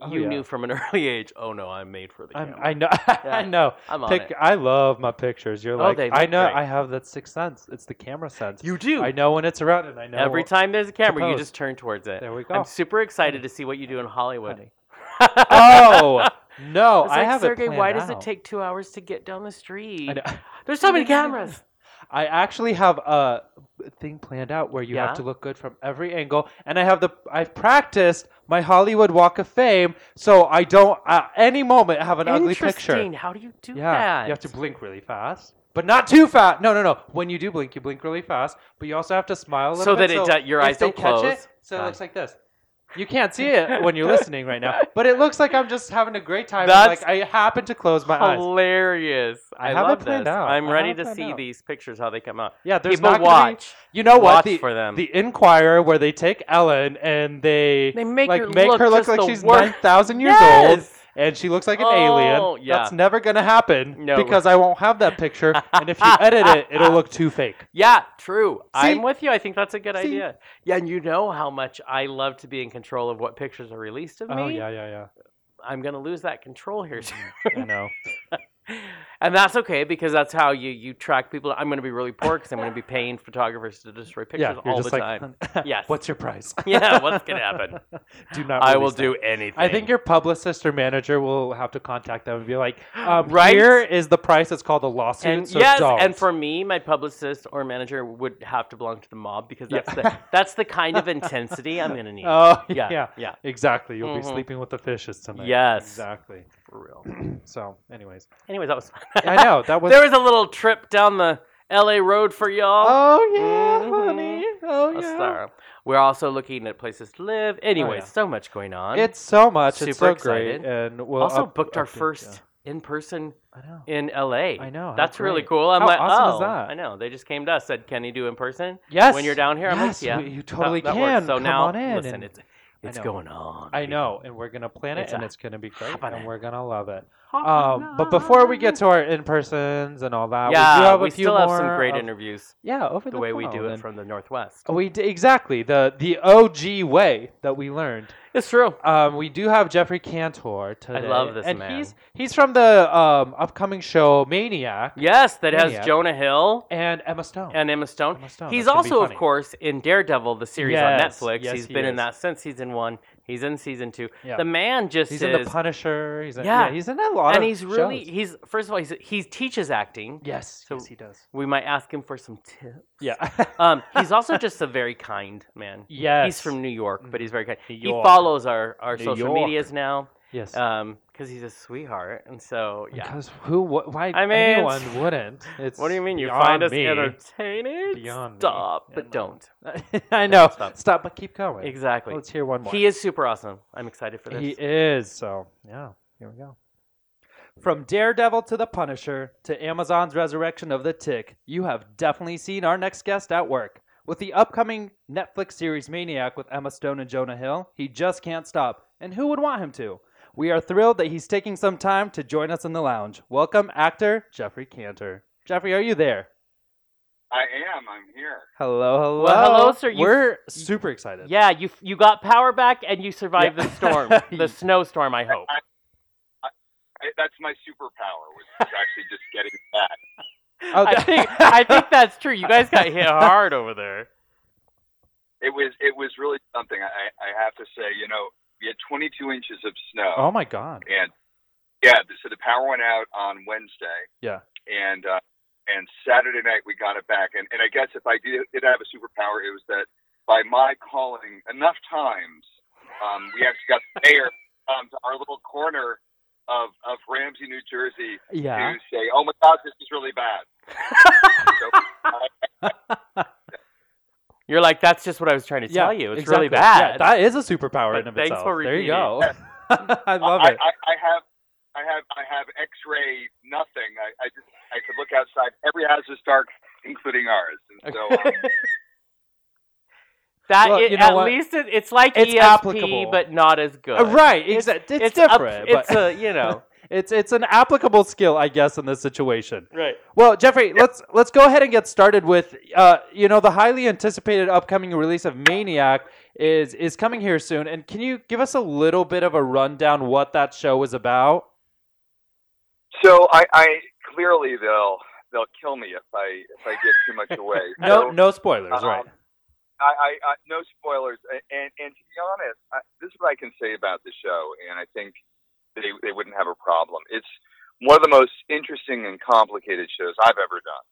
Speaker 2: Oh,
Speaker 1: you
Speaker 2: yeah.
Speaker 1: knew from an early age. Oh no, I'm made for the
Speaker 2: Mm. I'm,
Speaker 1: camera.
Speaker 2: I know. I
Speaker 1: Yeah.
Speaker 2: know.
Speaker 1: I'm on
Speaker 2: Pic-
Speaker 1: it.
Speaker 2: I love my pictures. You're
Speaker 1: Oh,
Speaker 2: like,
Speaker 1: they
Speaker 2: I
Speaker 1: look
Speaker 2: know.
Speaker 1: great.
Speaker 2: I have that sixth sense. It's the camera sense.
Speaker 1: You do.
Speaker 2: I know when it's around, and I know
Speaker 1: Every time there's a camera, you
Speaker 2: Suppose.
Speaker 1: just turn towards it.
Speaker 2: There we go.
Speaker 1: I'm super excited to see what you do in Hollywood.
Speaker 2: oh no,
Speaker 1: It's
Speaker 2: I
Speaker 1: like,
Speaker 2: have
Speaker 1: Sergey,
Speaker 2: it planned
Speaker 1: why does it
Speaker 2: out.
Speaker 1: take two hours to get down the street?
Speaker 2: I, know.
Speaker 1: There's so many cameras.
Speaker 2: I actually have a thing planned out where you
Speaker 1: Yeah?
Speaker 2: have to look good from every angle, and I have the I've practiced my Hollywood Walk of Fame, so I don't at any moment have an ugly
Speaker 1: Interesting.
Speaker 2: picture.
Speaker 1: How do you do
Speaker 2: Yeah,
Speaker 1: that?
Speaker 2: you have to blink really fast, but not too fast. No, no, no. When you do blink, you blink really fast, but you also have to smile a little
Speaker 1: So that
Speaker 2: bit
Speaker 1: it do- your
Speaker 2: if
Speaker 1: eyes
Speaker 2: they
Speaker 1: don't
Speaker 2: catch
Speaker 1: close.
Speaker 2: It, so it
Speaker 1: Got
Speaker 2: looks like this. You can't see it when you're listening right now, but it looks like I'm just having a great time. and,
Speaker 1: That's
Speaker 2: like I happen to close my eyes.
Speaker 1: Hilarious!
Speaker 2: I
Speaker 1: I,
Speaker 2: have it
Speaker 1: love
Speaker 2: planned
Speaker 1: this.
Speaker 2: out.
Speaker 1: I'm
Speaker 2: I
Speaker 1: ready
Speaker 2: have
Speaker 1: to
Speaker 2: it planned
Speaker 1: see
Speaker 2: out.
Speaker 1: these pictures how they come out.
Speaker 2: Yeah, there's
Speaker 1: people
Speaker 2: not gonna be-
Speaker 1: watch.
Speaker 2: You know
Speaker 1: Watch
Speaker 2: what? The,
Speaker 1: for them.
Speaker 2: The Inquirer, where they take Ellen and they,
Speaker 1: They make
Speaker 2: like
Speaker 1: her
Speaker 2: make
Speaker 1: look
Speaker 2: her look
Speaker 1: just
Speaker 2: like
Speaker 1: the
Speaker 2: she's
Speaker 1: worst.
Speaker 2: nine thousand years old,
Speaker 1: Yes!
Speaker 2: and she looks like an
Speaker 1: Oh,
Speaker 2: alien.
Speaker 1: yeah.
Speaker 2: That's never gonna happen
Speaker 1: No.
Speaker 2: because I won't have that picture, and if you edit it, it'll look too fake.
Speaker 1: Yeah, true. I'm
Speaker 2: See?
Speaker 1: with you. I think that's a good
Speaker 2: See?
Speaker 1: idea. Yeah, and you know how much I love to be in control of what pictures are released of me.
Speaker 2: Oh yeah, yeah,
Speaker 1: I'm gonna lose that control here soon.
Speaker 2: yeah. I know.
Speaker 1: and that's okay because that's how you you track people. I'm gonna be really poor because I'm gonna be paying photographers to destroy
Speaker 2: yeah,
Speaker 1: pictures
Speaker 2: you're
Speaker 1: all the
Speaker 2: just like,
Speaker 1: time. Yes.
Speaker 2: What's your price?
Speaker 1: yeah, what's gonna happen?
Speaker 2: do not.
Speaker 1: I will
Speaker 2: release that.
Speaker 1: do anything.
Speaker 2: I think your publicist or manager will have to contact them and be like, um,
Speaker 1: Right?
Speaker 2: "Here is the price. It's called a lawsuit.
Speaker 1: and
Speaker 2: so
Speaker 1: yes,
Speaker 2: don't."
Speaker 1: and for me, my publicist or manager would have to belong to the mob because
Speaker 2: Yeah.
Speaker 1: that's the that's the kind of intensity I'm gonna need.
Speaker 2: oh
Speaker 1: yeah,
Speaker 2: yeah,
Speaker 1: yeah.
Speaker 2: exactly. You'll be
Speaker 1: Mhm.
Speaker 2: sleeping with the fishes tonight.
Speaker 1: Yes.
Speaker 2: exactly.
Speaker 1: For real.
Speaker 2: So, anyways,
Speaker 1: Anyways, that was fun.
Speaker 2: I know that was.
Speaker 1: there was a little trip down the LA road for y'all.
Speaker 2: oh yeah,
Speaker 1: Mhm.
Speaker 2: honey. Oh
Speaker 1: That's
Speaker 2: yeah. Oh,
Speaker 1: thorough. We're also looking at places to live. Anyways,
Speaker 2: yeah.
Speaker 1: so much going on.
Speaker 2: It's so much. it's so
Speaker 1: Super excited.
Speaker 2: great, and we'll
Speaker 1: also
Speaker 2: up-
Speaker 1: booked our
Speaker 2: update
Speaker 1: first in person
Speaker 2: ya. I know.
Speaker 1: in LA.
Speaker 2: I know, how
Speaker 1: That's really
Speaker 2: great.
Speaker 1: cool. I'm
Speaker 2: How
Speaker 1: like,
Speaker 2: awesome
Speaker 1: oh,
Speaker 2: is that?
Speaker 1: I know. They just came to us, said, "Can you do in person?"
Speaker 2: Yes.
Speaker 1: When you're down here, I'm
Speaker 2: Yes,
Speaker 1: like, yeah,
Speaker 2: we- you
Speaker 1: that-
Speaker 2: totally
Speaker 1: that
Speaker 2: can.
Speaker 1: Works. So
Speaker 2: Come
Speaker 1: now,
Speaker 2: on in
Speaker 1: listen,
Speaker 2: and-
Speaker 1: it's it's
Speaker 2: know.
Speaker 1: going on.
Speaker 2: I
Speaker 1: people.
Speaker 2: know, and we're gonna plan it,
Speaker 1: It's
Speaker 2: and
Speaker 1: a-
Speaker 2: it's gonna be great,
Speaker 1: happening.
Speaker 2: and we're gonna love it. Um, but before we get to our in persons and all that,
Speaker 1: yeah,
Speaker 2: we do have a
Speaker 1: we
Speaker 2: few
Speaker 1: still have
Speaker 2: more
Speaker 1: some great
Speaker 2: of-
Speaker 1: interviews.
Speaker 2: Yeah, over
Speaker 1: The
Speaker 2: the,
Speaker 1: way we do
Speaker 2: phone
Speaker 1: it
Speaker 2: and-
Speaker 1: from the Northwest.
Speaker 2: we d- exactly the the OG way that we learned.
Speaker 1: It's true.
Speaker 2: Um, we do have Jeffrey Cantor today.
Speaker 1: love this
Speaker 2: and
Speaker 1: man.
Speaker 2: He's he's from the um, upcoming show Maniac
Speaker 1: Yes, that has
Speaker 2: Maniac.
Speaker 1: Jonah Hill
Speaker 2: and Emma Stone.
Speaker 1: and Emma Stone.
Speaker 2: Emma Stone,
Speaker 1: He's
Speaker 2: that's gonna be
Speaker 1: also, of
Speaker 2: funny.
Speaker 1: course, in Daredevil, the series on
Speaker 2: Yes,
Speaker 1: Netflix.
Speaker 2: yes,
Speaker 1: he's
Speaker 2: he
Speaker 1: been in
Speaker 2: is.
Speaker 1: that since season one. He's in season two.
Speaker 2: Yeah.
Speaker 1: The man just
Speaker 2: he's
Speaker 1: is,
Speaker 2: in the Punisher. He's in,
Speaker 1: Yeah.
Speaker 2: yeah. he's in a lot
Speaker 1: and
Speaker 2: of
Speaker 1: he's really
Speaker 2: shows.
Speaker 1: he's first of all he's, he teaches acting.
Speaker 2: yes,
Speaker 1: So-
Speaker 2: yes he does.
Speaker 1: We might ask him for some tips.
Speaker 2: Yeah,
Speaker 1: Um, he's also just a very kind man.
Speaker 2: yes.
Speaker 1: He's from New York, but he's very kind.
Speaker 2: New
Speaker 1: He
Speaker 2: York.
Speaker 1: follows our, our
Speaker 2: New
Speaker 1: social
Speaker 2: York.
Speaker 1: medias now
Speaker 2: yes.
Speaker 1: because he's a sweetheart. And so, yeah.
Speaker 2: Because who? Wh- why?
Speaker 1: I mean, it's-
Speaker 2: anyone wouldn't. It's
Speaker 1: what do you mean? You
Speaker 2: beyond
Speaker 1: find us
Speaker 2: me.
Speaker 1: entertaining?
Speaker 2: Beyond me.
Speaker 1: Stop,
Speaker 2: Yeah,
Speaker 1: but
Speaker 2: no.
Speaker 1: don't.
Speaker 2: I know.
Speaker 1: stop.
Speaker 2: Stop. but keep going.
Speaker 1: Exactly.
Speaker 2: Let's hear one more.
Speaker 1: He is super awesome. I'm excited for this.
Speaker 2: He is. So, yeah, here we go. From Daredevil to The Punisher to Amazon's resurrection of The Tick, you have definitely seen our next guest at work. With the upcoming Netflix series Maniac with Emma Stone and Jonah Hill, he just can't stop. And who would want him to? We are thrilled that he's taking some time to join us in the lounge. Welcome, actor Jeffrey Cantor. Jeffrey, are you there?
Speaker 4: I am. I'm here.
Speaker 2: Hello, hello.
Speaker 1: Well, hello, sir. You-
Speaker 2: We're super excited.
Speaker 1: Yeah, you you got power back and you survived
Speaker 2: Yeah.
Speaker 1: the storm, the snowstorm. I hope.
Speaker 4: I- that's my superpower was actually just getting fat.
Speaker 2: Oh,
Speaker 1: I think I think that's true. You guys got hit hard over there.
Speaker 4: It was it was really something. I, I have to say, you know, we had 22 inches of snow.
Speaker 2: oh my god.
Speaker 4: and yeah, so the power went out on Wednesday.
Speaker 2: Yeah.
Speaker 4: and uh, and Saturday night we got it back. And and I guess if I did, did have a superpower, it was that by my calling enough times, um, we actually got the mayor um, to our little corner of of Ramsey, New Jersey,
Speaker 2: Yeah.
Speaker 4: to say, "Oh my God, this is really bad."
Speaker 1: You're like, that's just what I was trying to
Speaker 2: yeah,
Speaker 1: tell you. It's
Speaker 2: exactly.
Speaker 1: really bad.
Speaker 2: Yeah, that is a superpower
Speaker 1: But
Speaker 2: in of
Speaker 1: thanks
Speaker 2: itself.
Speaker 1: for
Speaker 2: there you go.
Speaker 1: repeating
Speaker 2: I love
Speaker 4: I,
Speaker 2: it.
Speaker 4: I, I have. I have I have X-ray nothing. I, I just I could look outside. Every house is dark, including ours. And so um,
Speaker 1: That
Speaker 2: Well,
Speaker 1: i-
Speaker 2: you know
Speaker 1: at
Speaker 2: what?
Speaker 1: least it, it's like
Speaker 2: It's
Speaker 1: ESP,
Speaker 2: applicable.
Speaker 1: but not as good.
Speaker 2: Uh, right,
Speaker 1: It's-
Speaker 2: exactly. It's,
Speaker 1: up-
Speaker 2: different. but-
Speaker 1: it's a you know
Speaker 2: it's it's an applicable skill, I guess, in this situation.
Speaker 1: right.
Speaker 2: Well, Jeffrey, let's let's go ahead and get started with uh, you know the highly anticipated upcoming release of Maniac is is coming here soon, and can you give us a little bit of a rundown what that show was about?
Speaker 4: So I, I clearly they'll they'll kill me if I if I give too much away.
Speaker 2: No,
Speaker 4: So,
Speaker 2: no spoilers,
Speaker 4: um,
Speaker 2: right?
Speaker 4: I, I, I no spoilers. A- And and to be honest, I, this is what I can say about the show, and I think they they wouldn't have a problem. It's one of the most interesting and complicated shows I've ever done.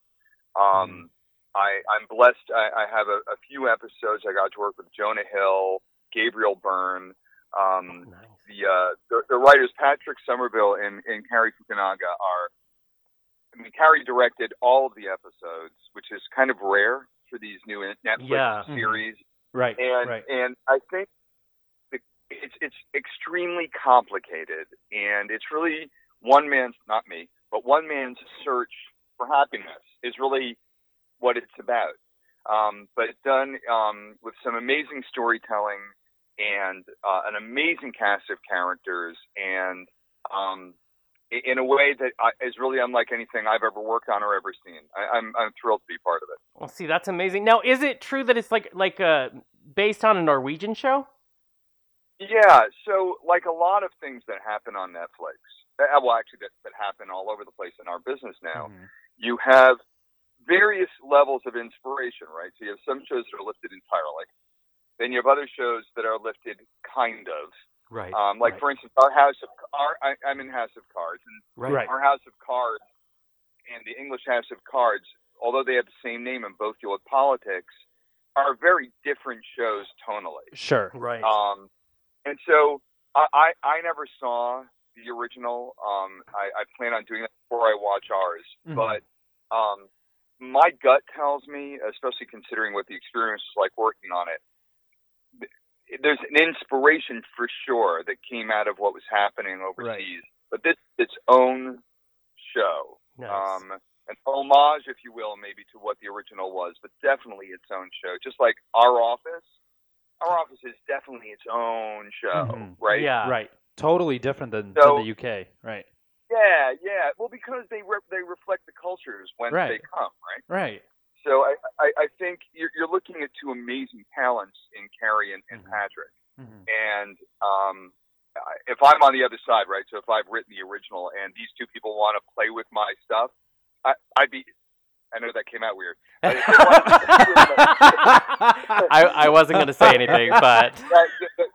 Speaker 4: Um, I I'm blessed. I, I have a, a few episodes. I got to work with Jonah Hill, Gabriel Byrne. Um, the uh, the, the writers Patrick Somerville and, and Carrie Fukunaga are. I mean, Carrie directed all of the episodes, which is kind of rare for these new in- Netflix
Speaker 1: Yeah.
Speaker 2: Mhm.
Speaker 4: series.
Speaker 2: Right,
Speaker 4: And
Speaker 2: right.
Speaker 4: and I think the, it's it's extremely complicated, and it's really one man's not me, but one man's search for happiness is really what it's about. Um, but it's done um, with some amazing storytelling and uh, an amazing cast of characters, and um, i- in a way that I- is really unlike anything I've ever worked on or ever seen. I, I'm, I'm thrilled to be part of it.
Speaker 1: Well, see, that's amazing. Now, is it true that it's like like uh, based on a Norwegian show?
Speaker 4: Yeah, so like a lot of things that happen on Netflix, uh, well, actually, that, that happen all over the place in our business now,
Speaker 2: Mhm.
Speaker 4: you have various levels of inspiration, right? So you have some shows that are lifted entirely, then you have other shows that are lifted kind of.
Speaker 2: right,
Speaker 4: Um, like
Speaker 2: right,
Speaker 4: for instance, our House of our, I, I'm in House of Cards, and
Speaker 2: right, right.
Speaker 4: our House of Cards and the English House of Cards, although they have the same name and both deal with politics, are very different shows tonally.
Speaker 2: sure,
Speaker 1: Right.
Speaker 4: Um, and so I, I, I never saw the original. Um, I, I plan on doing that before I watch ours.
Speaker 2: Mhm.
Speaker 4: But um, my gut tells me, especially considering what the experience was like working on it, th- there's an inspiration for sure that came out of what was happening overseas. But this is its own show
Speaker 1: Nice.
Speaker 4: um, an homage, if you will, maybe to what the original was, but definitely its own show. Just like Our Office, Our Office is definitely its own show,
Speaker 2: Mhm.
Speaker 4: right?
Speaker 1: Yeah.
Speaker 2: right. Totally different than,
Speaker 4: So-
Speaker 2: than the UK, right?
Speaker 4: yeah, yeah. Well, because they re- they reflect the cultures when
Speaker 2: Right.
Speaker 4: they come, right?
Speaker 2: Right.
Speaker 4: So I I, I think you're, you're looking at two amazing talents in Carrie and, and
Speaker 2: Mhm.
Speaker 4: Patrick,
Speaker 2: Mhm.
Speaker 4: and um. I- If I'm on the other side, right? So if I've written the original and these two people want to play with my stuff, I, I'd be. I know that came out weird. But if they
Speaker 1: I, I wasn't gonna say anything, but
Speaker 4: that, that, that-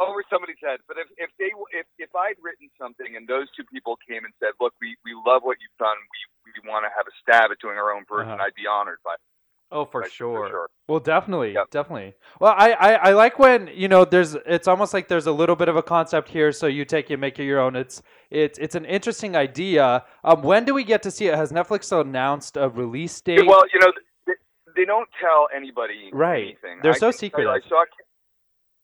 Speaker 4: over somebody's head. But if, if they if, if I'd written something and those two people came and said, "Look, we, we love what you've done. We we want to have a stab at doing our own version,"
Speaker 2: Uh-huh.
Speaker 4: I'd be honored by
Speaker 1: oh, for
Speaker 4: by-
Speaker 1: sure.
Speaker 2: Well, definitely,
Speaker 4: Yep.
Speaker 2: definitely. Well, I, I, I like when you know there's. It's almost like there's a little bit of a concept here, so you take it, make it your own. It's it's it's an interesting idea. Um, when do we get to see it? Has Netflix announced a release date?
Speaker 4: Well, you know, they, they don't tell anybody
Speaker 2: Right.
Speaker 4: anything.
Speaker 2: They're
Speaker 4: I
Speaker 2: so
Speaker 4: can tell you, I
Speaker 2: secretive.
Speaker 4: saw.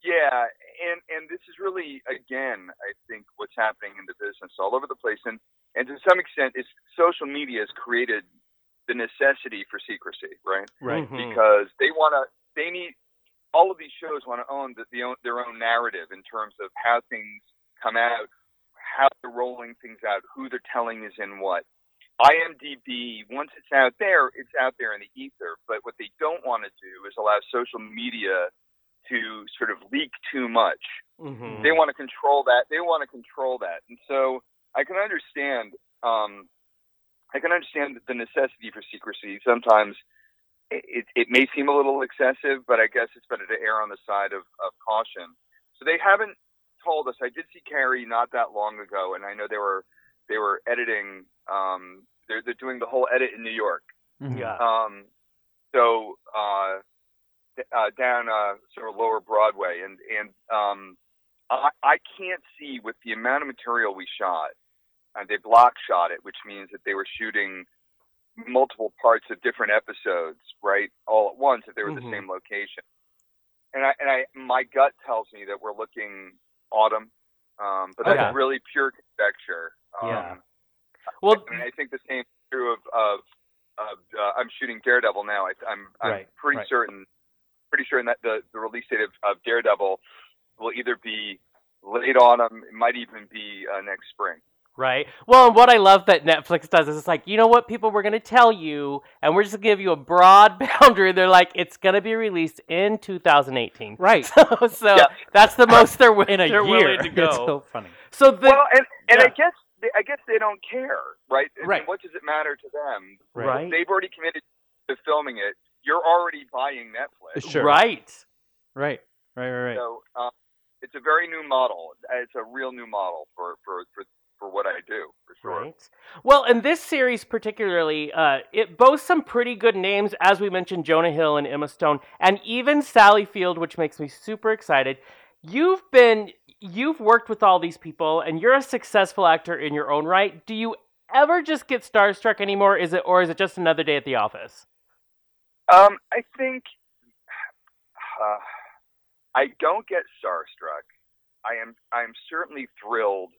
Speaker 4: Yeah, and and this is really again, I think, what's happening in the business all over the place, and and to some extent, it's social media has created the necessity for secrecy, right?
Speaker 2: right,
Speaker 1: Mhm.
Speaker 4: because they want to they need all of these shows want to own the, the own, their own narrative in terms of how things come out how they're rolling things out who they're telling is in what imdb once it's out there it's out there in the ether but what they don't want to do is allow social media to sort of leak too much
Speaker 1: Mhm.
Speaker 4: they want to control that they want to control that and so I can understand. Um, I can understand the necessity for secrecy. Sometimes it, it may seem a little excessive, but I guess it's better to err on the side of, of caution. So they haven't told us. I did see Carrie not that long ago, and I know they were they were editing. Um, they're they're doing the whole edit in New York.
Speaker 1: Mm-hmm.
Speaker 2: Mm-hmm.
Speaker 1: Yeah.
Speaker 4: Um, so uh, d- uh, down uh, sort of lower Broadway, and and um, I, I can't see with the amount of material we shot. Uh, they block shot it, which means that they were shooting multiple parts of different episodes, right, all at once if they were
Speaker 1: Mhm.
Speaker 4: the same location. And I and I my gut tells me that we're looking autumn, um, but that's
Speaker 1: Okay.
Speaker 4: really pure conjecture. Um,
Speaker 2: Yeah.
Speaker 1: Well,
Speaker 4: I mean, I think the same is true of of, of uh, I'm shooting Daredevil now. I, I'm I'm
Speaker 2: Right,
Speaker 4: pretty
Speaker 2: right.
Speaker 4: certain, pretty certain that the the release date of, of Daredevil will either be late autumn, it might even be uh, next spring.
Speaker 1: Right. Well, and what I love that Netflix does is it's like, you know what, people, we're going to tell you, and we're just going to give you a broad boundary. They're like, it's going to be released in 2018.
Speaker 2: Right.
Speaker 1: So, so
Speaker 4: Yeah.
Speaker 1: that's the most they're, wi-
Speaker 2: In a
Speaker 1: they're
Speaker 2: year.
Speaker 1: willing to
Speaker 2: It's
Speaker 1: go.
Speaker 2: so funny.
Speaker 1: So the,
Speaker 4: well, and and I
Speaker 1: yeah.
Speaker 4: guess they, I guess they don't care, right? And
Speaker 2: Right.
Speaker 4: What does it matter to them?
Speaker 1: right.
Speaker 4: They've already committed to filming it. You're already buying Netflix,
Speaker 2: Sure.
Speaker 1: Right.
Speaker 2: Right. Right. Right. Right.
Speaker 4: so um, it's a very new model. It's a real new model for for for, for what I do, for sure.
Speaker 1: Right. Well, and this series particularly, uh, it boasts some pretty good names, as we mentioned, Jonah Hill and Emma Stone, and even Sally Field, which makes me super excited. You've been, you've worked with all these people, and you're a successful actor in your own right. Do you ever just get starstruck anymore? Is it, or is it just another day at the office?
Speaker 4: Um, I think uh, I don't get starstruck. I am I am certainly thrilled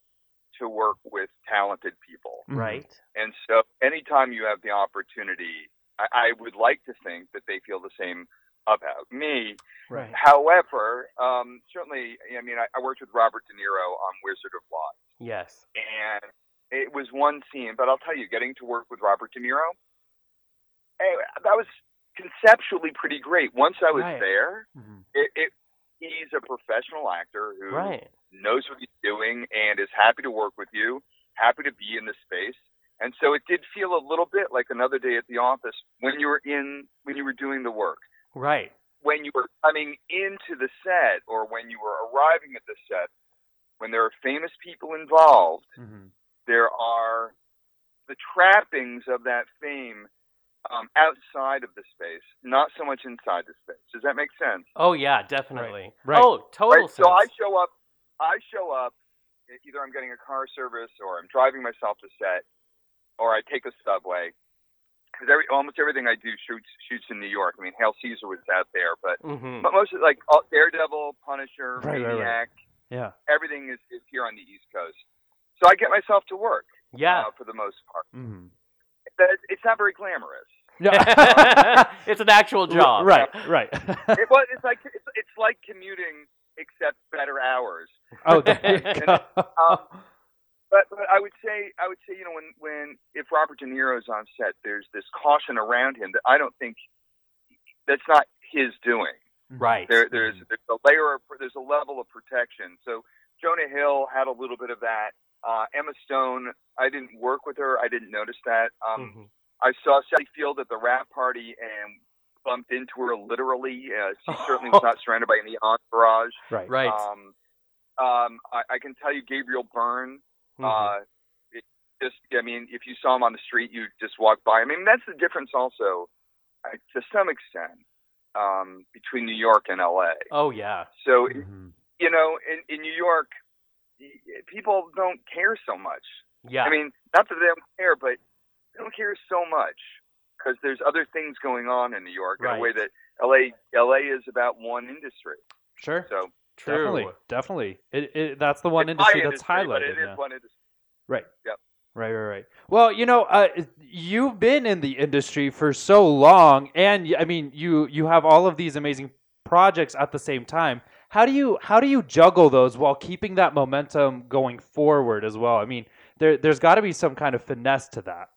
Speaker 4: to work with talented people,
Speaker 2: Mhm.
Speaker 1: Right.
Speaker 4: and so anytime you have the opportunity, I, I would like to think that they feel the same about me.
Speaker 2: Right.
Speaker 4: However, um, certainly, I mean, I, I worked with Robert De Niro on Wizard of Oz,
Speaker 1: Yes.
Speaker 4: and it was one scene. But I'll tell you, getting to work with Robert De Niro, eh, that was conceptually pretty great. Once I was
Speaker 2: Right.
Speaker 4: there,
Speaker 2: Mhm.
Speaker 4: it, it he's a professional actor who
Speaker 1: Right.
Speaker 4: knows what he's doing and is happy to work with you, happy to be in the space. And so it did feel a little bit like another day at the office when you were in when you were doing the work
Speaker 1: Right.
Speaker 4: when you were coming into the set or when you were arriving at the set, when there are famous people involved,
Speaker 2: Mhm.
Speaker 4: there are the trappings of that fame um, outside of the space, not so much inside the space. Does that make sense?
Speaker 1: Oh yeah, definitely.
Speaker 2: Right.
Speaker 1: Oh, total
Speaker 4: Right?
Speaker 1: sense.
Speaker 4: So I show up, I show up. Either I'm getting a car service, or I'm driving myself to set, or I take a subway. Because every, almost everything I do shoots shoots in New York. I mean, Hail Caesar was out there, but
Speaker 1: Mhm.
Speaker 4: but most of like all, Daredevil, Punisher,
Speaker 2: Right, right, right.
Speaker 4: Maniac,
Speaker 2: Yeah.
Speaker 4: everything is, is here on the East Coast. So I get myself to work
Speaker 1: Yeah.
Speaker 4: uh, for the most part.
Speaker 2: Mm-hmm.
Speaker 4: That- It's not very glamorous.
Speaker 1: it's an actual job.
Speaker 2: Right. Right.
Speaker 4: it, well, it's like it's, it's like commuting except better hours.
Speaker 2: oh, there you
Speaker 4: And,
Speaker 2: go.
Speaker 1: uh,
Speaker 2: Mm-hmm.
Speaker 4: um, But, but I would say I would say you know when when if Robert De Niro's on set, there's this caution around him that I don't think that's not his doing.
Speaker 1: Right.
Speaker 4: There, there's there's a layer of there's a level of protection. So Jonah Hill had a little bit of that. Uh, Emma Stone, I didn't work with her. I didn't notice that. Um,
Speaker 1: Mhm.
Speaker 4: I saw Sally Field at the rap party and bumped into her literally. Uh, she certainly was not surrounded by any entourage.
Speaker 2: Right.
Speaker 1: Right.
Speaker 4: Um, um, I, I can tell you, Gabriel Byrne.
Speaker 1: Mhm.
Speaker 4: Uh, it just, I mean, if you saw him on the street, you just walk by. I mean, that's the difference, also, uh, to some extent, um, between New York and LA.
Speaker 1: Oh yeah.
Speaker 4: So
Speaker 2: Mhm.
Speaker 4: you know, in, in New York, y- people don't care so much.
Speaker 1: Yeah.
Speaker 4: I mean, not that they don't care, but they don't care so much because there's other things going on in New York in a way
Speaker 1: Right.
Speaker 4: that LA LA is about one industry.
Speaker 2: Sure.
Speaker 4: So
Speaker 1: True.
Speaker 2: Definitely. Definitely. It, it, that's the one
Speaker 4: it's
Speaker 2: industry
Speaker 4: my
Speaker 2: that's
Speaker 4: industry,
Speaker 2: highlighted.
Speaker 4: but it is
Speaker 2: yeah.
Speaker 4: one industry.
Speaker 2: Right, right, right. Well, you know, uh, you've been in the industry for so long, and y- I mean, you you have all of these amazing projects at the same time. How do you how do you juggle those while keeping that momentum going forward as well? I mean, there there's got to be some kind of finesse to that.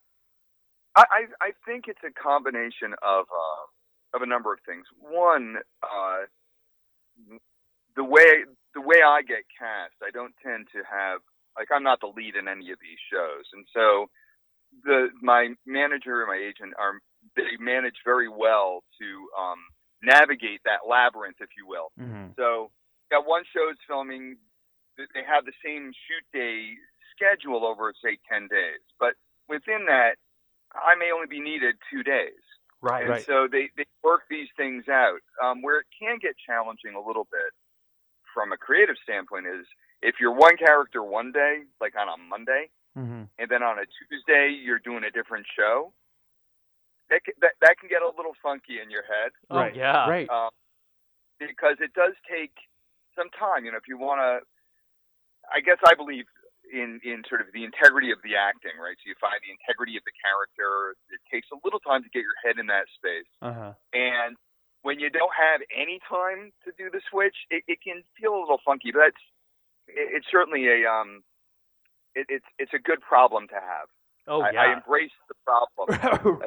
Speaker 4: I, I I think it's a combination of uh, of a number of things. One, uh, the way the way I get cast, I don't tend to have Like I'm not the lead in any of these shows, and so the my manager and my agent are they manage very well to um, navigate that labyrinth, if you will.
Speaker 2: Mm-hmm.
Speaker 4: So got one show's filming. th- They have the same shoot day schedule over say ten days, but within that, I may only be needed two days.
Speaker 2: Right,
Speaker 4: And
Speaker 2: right.
Speaker 4: so they, they work these things out. Um, where it can get challenging a little bit from a creative standpoint is if you're one character one day, like on a Monday,
Speaker 2: Mm-hmm.
Speaker 4: and then on a Tuesday you're doing a different show, that can, that, that can get a little funky in your head
Speaker 1: Oh,
Speaker 2: right.
Speaker 1: yeah.
Speaker 2: Right.
Speaker 4: um, because it does take some time. You know, if you want to, I guess I believe in in sort of the integrity of the acting, right? So you find the integrity of the character. It takes a little time to get your head in that space,
Speaker 2: Uh huh.
Speaker 4: and when you don't have any time to do the switch, it, it can feel a little funky. But that's it, it's certainly a um, it, it's it's a good problem to have.
Speaker 1: Oh
Speaker 4: I,
Speaker 1: yeah.
Speaker 4: I embrace the problem.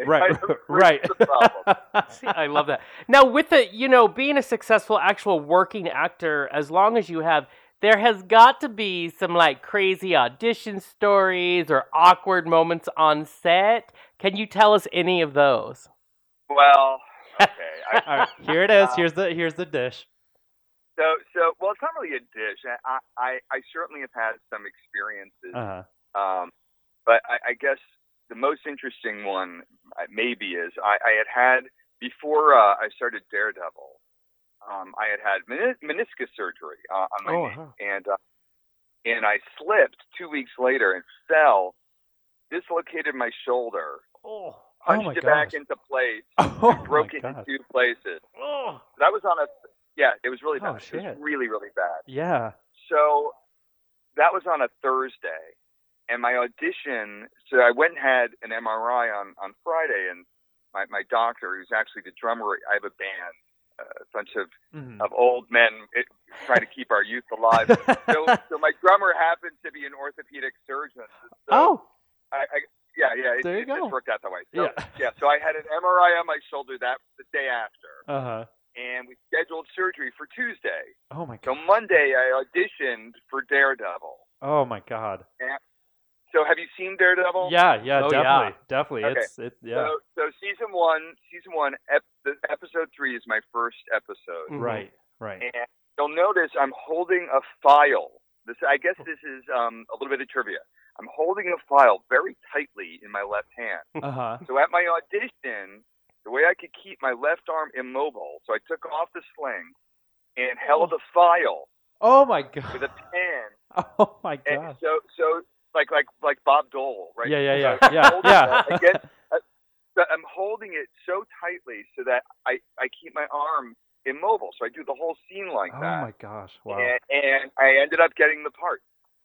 Speaker 2: right.
Speaker 4: I- I-
Speaker 2: right.
Speaker 4: that's the problem.
Speaker 1: See, I love that. Now, with the you know being a successful actual working actor, as long as you have, there has got to be some like crazy audition stories or awkward moments on set. Can you tell us any of those?
Speaker 4: Well, okay, I,
Speaker 2: All right. Here it is.
Speaker 4: Uh,
Speaker 2: Here's the here's the dish.
Speaker 4: So, so well, it's not really a dish. I, I- I, I certainly have had some experiences,
Speaker 2: Uh huh.
Speaker 4: um, but I, I guess the most interesting one uh, maybe is I, I had had before uh, I started Daredevil. Um, I had had menis- meniscus surgery uh, on my
Speaker 2: Oh,
Speaker 4: knee,
Speaker 2: huh.
Speaker 4: and uh, and I slipped two weeks later and fell, dislocated my shoulder,
Speaker 1: Oh,
Speaker 4: punched
Speaker 2: my
Speaker 4: it back
Speaker 2: gosh.
Speaker 4: into place,
Speaker 2: Oh
Speaker 4: broke
Speaker 2: my
Speaker 4: it in
Speaker 2: god.
Speaker 4: two places.
Speaker 1: oh,
Speaker 4: That was on a yeah, it was really
Speaker 2: Oh,
Speaker 4: bad. It
Speaker 2: shit.
Speaker 4: was really really bad.
Speaker 2: Yeah.
Speaker 4: So that was on a Thursday, and my audition. So I went and had an MRI on on Friday, and my my doctor, who's actually the drummer, I have a band, uh, a bunch of
Speaker 2: Mhm.
Speaker 4: of old men it, trying to keep our youth alive. so so my drummer happens to be an orthopedic surgeon. So
Speaker 2: oh.
Speaker 4: I, I, yeah, yeah, it,
Speaker 2: There you
Speaker 4: it just
Speaker 2: go.
Speaker 4: worked out that way. So,
Speaker 2: Yeah.
Speaker 4: yeah, so I had an MRI on my shoulder that the day after,
Speaker 2: Uh huh.
Speaker 4: and we scheduled surgery for Tuesday.
Speaker 2: Oh my
Speaker 4: So
Speaker 2: god.
Speaker 4: Monday I auditioned for Daredevil.
Speaker 2: Oh my god.
Speaker 4: So have you seen Daredevil?
Speaker 2: Yeah. Yeah.
Speaker 1: Oh,
Speaker 2: definitely.
Speaker 1: yeah.
Speaker 2: Definitely.
Speaker 4: Okay.
Speaker 2: It's it. Yeah.
Speaker 4: So, so season one, season one, ep- the episode three is my first episode,
Speaker 1: Mhm.
Speaker 2: Right. Right.
Speaker 4: and you'll notice I'm holding a file. This, I guess, this is um, a little bit of trivia. I'm holding a file very tightly in my left hand.
Speaker 2: Uh huh.
Speaker 4: So at my audition, the way I could keep my left arm immobile, so I took off the sling and
Speaker 2: Hmm.
Speaker 4: held a file
Speaker 2: Oh my
Speaker 4: with a
Speaker 2: god.
Speaker 4: pen,
Speaker 2: Oh my
Speaker 4: and
Speaker 2: god.
Speaker 4: so so like like like Bob Dole, right?
Speaker 2: Yeah. Yeah.
Speaker 4: So I
Speaker 2: Yeah.
Speaker 4: hold
Speaker 2: Yeah.
Speaker 4: it, I
Speaker 2: Yeah.
Speaker 4: get- So I'm holding it so tightly so that I, I keep my arm immobile. So I do the whole scene like
Speaker 2: Oh
Speaker 4: that.
Speaker 2: my gosh. Wow.
Speaker 4: and, ah! and I ended up getting the part.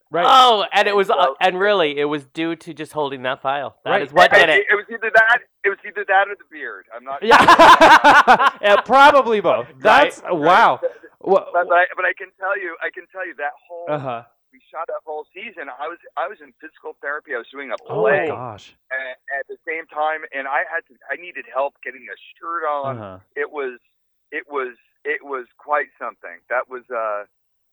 Speaker 2: Right.
Speaker 1: oh, and it was
Speaker 4: So-
Speaker 1: and really it was due to just holding that file. That is
Speaker 2: Right.
Speaker 1: what did it.
Speaker 4: It was either that it was either that or the beard. I'm not
Speaker 2: Yeah, Yeah, probably both. That's wow.
Speaker 4: but, but, I, but I can tell you I can tell you that whole
Speaker 2: Uh huh.
Speaker 4: we shot that whole season. I was I was in physical therapy. I was doing a
Speaker 2: Oh my
Speaker 4: play
Speaker 2: gosh.
Speaker 4: at, at the same time and I had to I needed help getting a shirt
Speaker 2: Uh
Speaker 4: on.
Speaker 2: huh.
Speaker 4: it was it was it was quite something. That was uh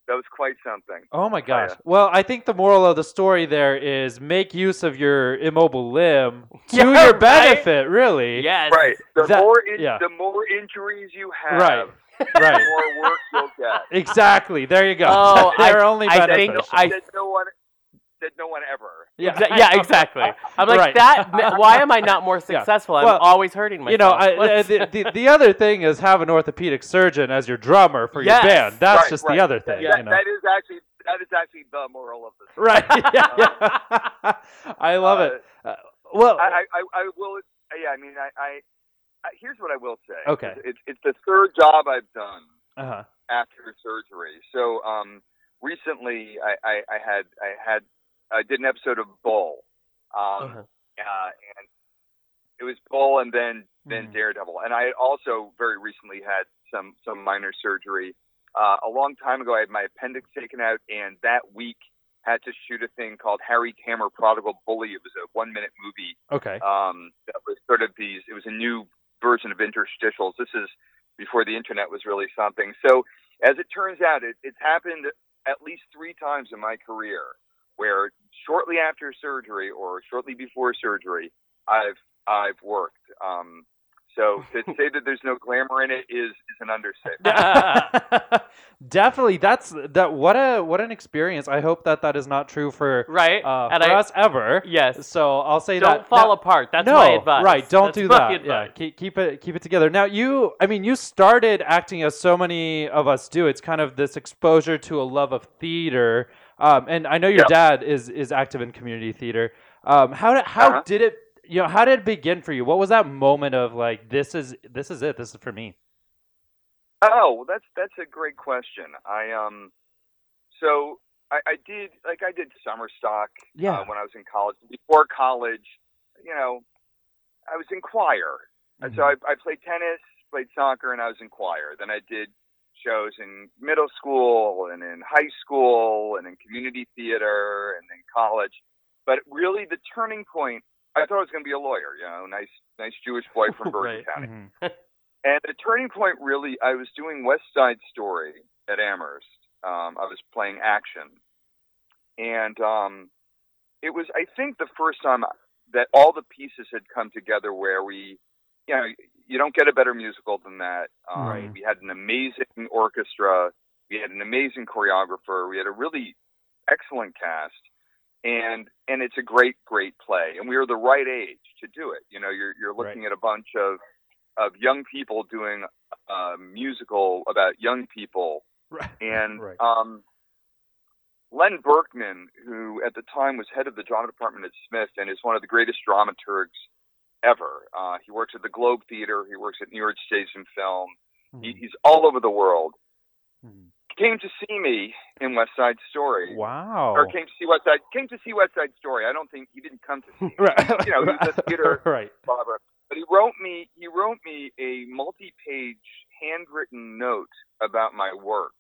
Speaker 4: that was quite something.
Speaker 2: Oh my gosh. Well, I think the moral of the story there is make use of your immobile limb to
Speaker 1: Yeah,
Speaker 2: your
Speaker 1: right?
Speaker 2: benefit, really.
Speaker 1: Yes.
Speaker 4: Right. The
Speaker 2: That-
Speaker 4: more in,
Speaker 2: yeah.
Speaker 4: the more injuries you have,
Speaker 2: Right.
Speaker 4: the
Speaker 2: Right.
Speaker 4: more work you'll get.
Speaker 2: exactly. There you go.
Speaker 1: Oh, I-
Speaker 2: Their only
Speaker 1: I
Speaker 2: benefit.
Speaker 1: think
Speaker 4: That no,
Speaker 1: I-
Speaker 4: that no one that no one ever.
Speaker 2: yeah.
Speaker 1: Exa- yeah, exactly. I'm like
Speaker 2: Right.
Speaker 1: that. Why am I not more successful? I'm
Speaker 2: Well,
Speaker 1: always hurting myself.
Speaker 2: You know, I, uh,
Speaker 1: What's-
Speaker 2: the, the the other thing is have an orthopedic surgeon as your drummer for
Speaker 1: Yes.
Speaker 2: your band. That's
Speaker 4: Right,
Speaker 2: just
Speaker 4: right.
Speaker 2: the other thing.
Speaker 4: That,
Speaker 2: you know?
Speaker 4: that is actually that is actually the moral of the story.
Speaker 2: Right. Yeah, yeah. I love
Speaker 4: Uh,
Speaker 2: it. Uh, well,
Speaker 4: I, I, I will yeah, I mean I, I, I here's what I will say.
Speaker 2: Okay.
Speaker 4: It's it's the third job I've done
Speaker 2: uh-huh.
Speaker 4: after surgery. So um, recently, I, I, I had I had I did an episode of Bull, um,
Speaker 1: Uh-huh.
Speaker 4: uh, and it was Bull, and then then
Speaker 2: Mhm.
Speaker 4: Daredevil, and I had also very recently had some some minor surgery. Uh, a long time ago, I had my appendix taken out, and that week had to shoot a thing called Harry Tamer Prodigal Bully. It was a one minute movie
Speaker 2: okay.
Speaker 4: um, that was sort of these. It was a new version of interstitials. This is before the internet was really something. So, as it turns out, it, it's happened at least three times in my career where shortly after surgery or shortly before surgery, I've I've worked. Um, so to say that there's no glamour in it is is an understatement. Uh,
Speaker 2: Definitely, that's that. What a what an experience. I hope that that is not true for
Speaker 1: right?
Speaker 2: uh,
Speaker 1: and
Speaker 2: for
Speaker 1: I,
Speaker 2: us ever.
Speaker 1: yes,
Speaker 2: So I'll say
Speaker 1: don't
Speaker 2: that.
Speaker 1: fall
Speaker 2: Now-
Speaker 1: apart. That's
Speaker 2: no,
Speaker 1: my advice.
Speaker 2: right? Don't
Speaker 1: That's
Speaker 2: do
Speaker 1: my
Speaker 2: that. Yeah,
Speaker 1: advice.
Speaker 2: keep, keep it keep it together. Now you, I mean, you started acting as so many of us do. It's kind of this exposure to a love of theater, um, and I know your
Speaker 4: Yeah.
Speaker 2: dad is is active in community theater. Um, how did how
Speaker 4: Uh-huh.
Speaker 2: did it? You know, how did it begin for you? What was that moment of like, this is this is it? This is for me.
Speaker 4: Oh, well, that's that's a great question. I um, so I, I did like I did summer stock
Speaker 2: Yeah.
Speaker 4: uh, when I was in college. Before college, you know, I was in choir, and so I, I played tennis, played soccer, and I was in choir. Then I did shows in middle school and in high school and in community theater and in college. But really, the turning point. I thought I was going to be a lawyer, you know, nice, nice Jewish boy from Bergen
Speaker 1: Right.
Speaker 4: County.
Speaker 2: Mhm.
Speaker 4: And the turning point really, I was doing West Side Story at Amherst. Um, I was playing action, and um, it was, I think, the first time that all the pieces had come together. Where we, you know, you don't get a better musical than that. Um,
Speaker 2: Right.
Speaker 4: We had an amazing orchestra. We had an amazing choreographer. We had a really excellent cast, and and it's a great, great play. And we were the right age to do it. You know, you're you're looking at a bunch of of young people doing a musical about young people.
Speaker 2: Right.
Speaker 4: And
Speaker 2: Right.
Speaker 4: um, Len Berkman, who at the time was head of the drama department at Smith and is one of the greatest dramaturgs ever. Uh, he works at the Globe Theater, he works at New York Stage and Film,
Speaker 2: Hmm.
Speaker 4: he, he's all over the world.
Speaker 2: Mhm.
Speaker 4: Came to see me in West Side Story.
Speaker 2: Wow.
Speaker 4: Or came to see West Side came to see West Side Story. I don't think he didn't come to see me.
Speaker 2: Right.
Speaker 4: you know, he was a theater
Speaker 2: right.
Speaker 4: Barbara. But he wrote me he wrote me a multi-page handwritten note about my work.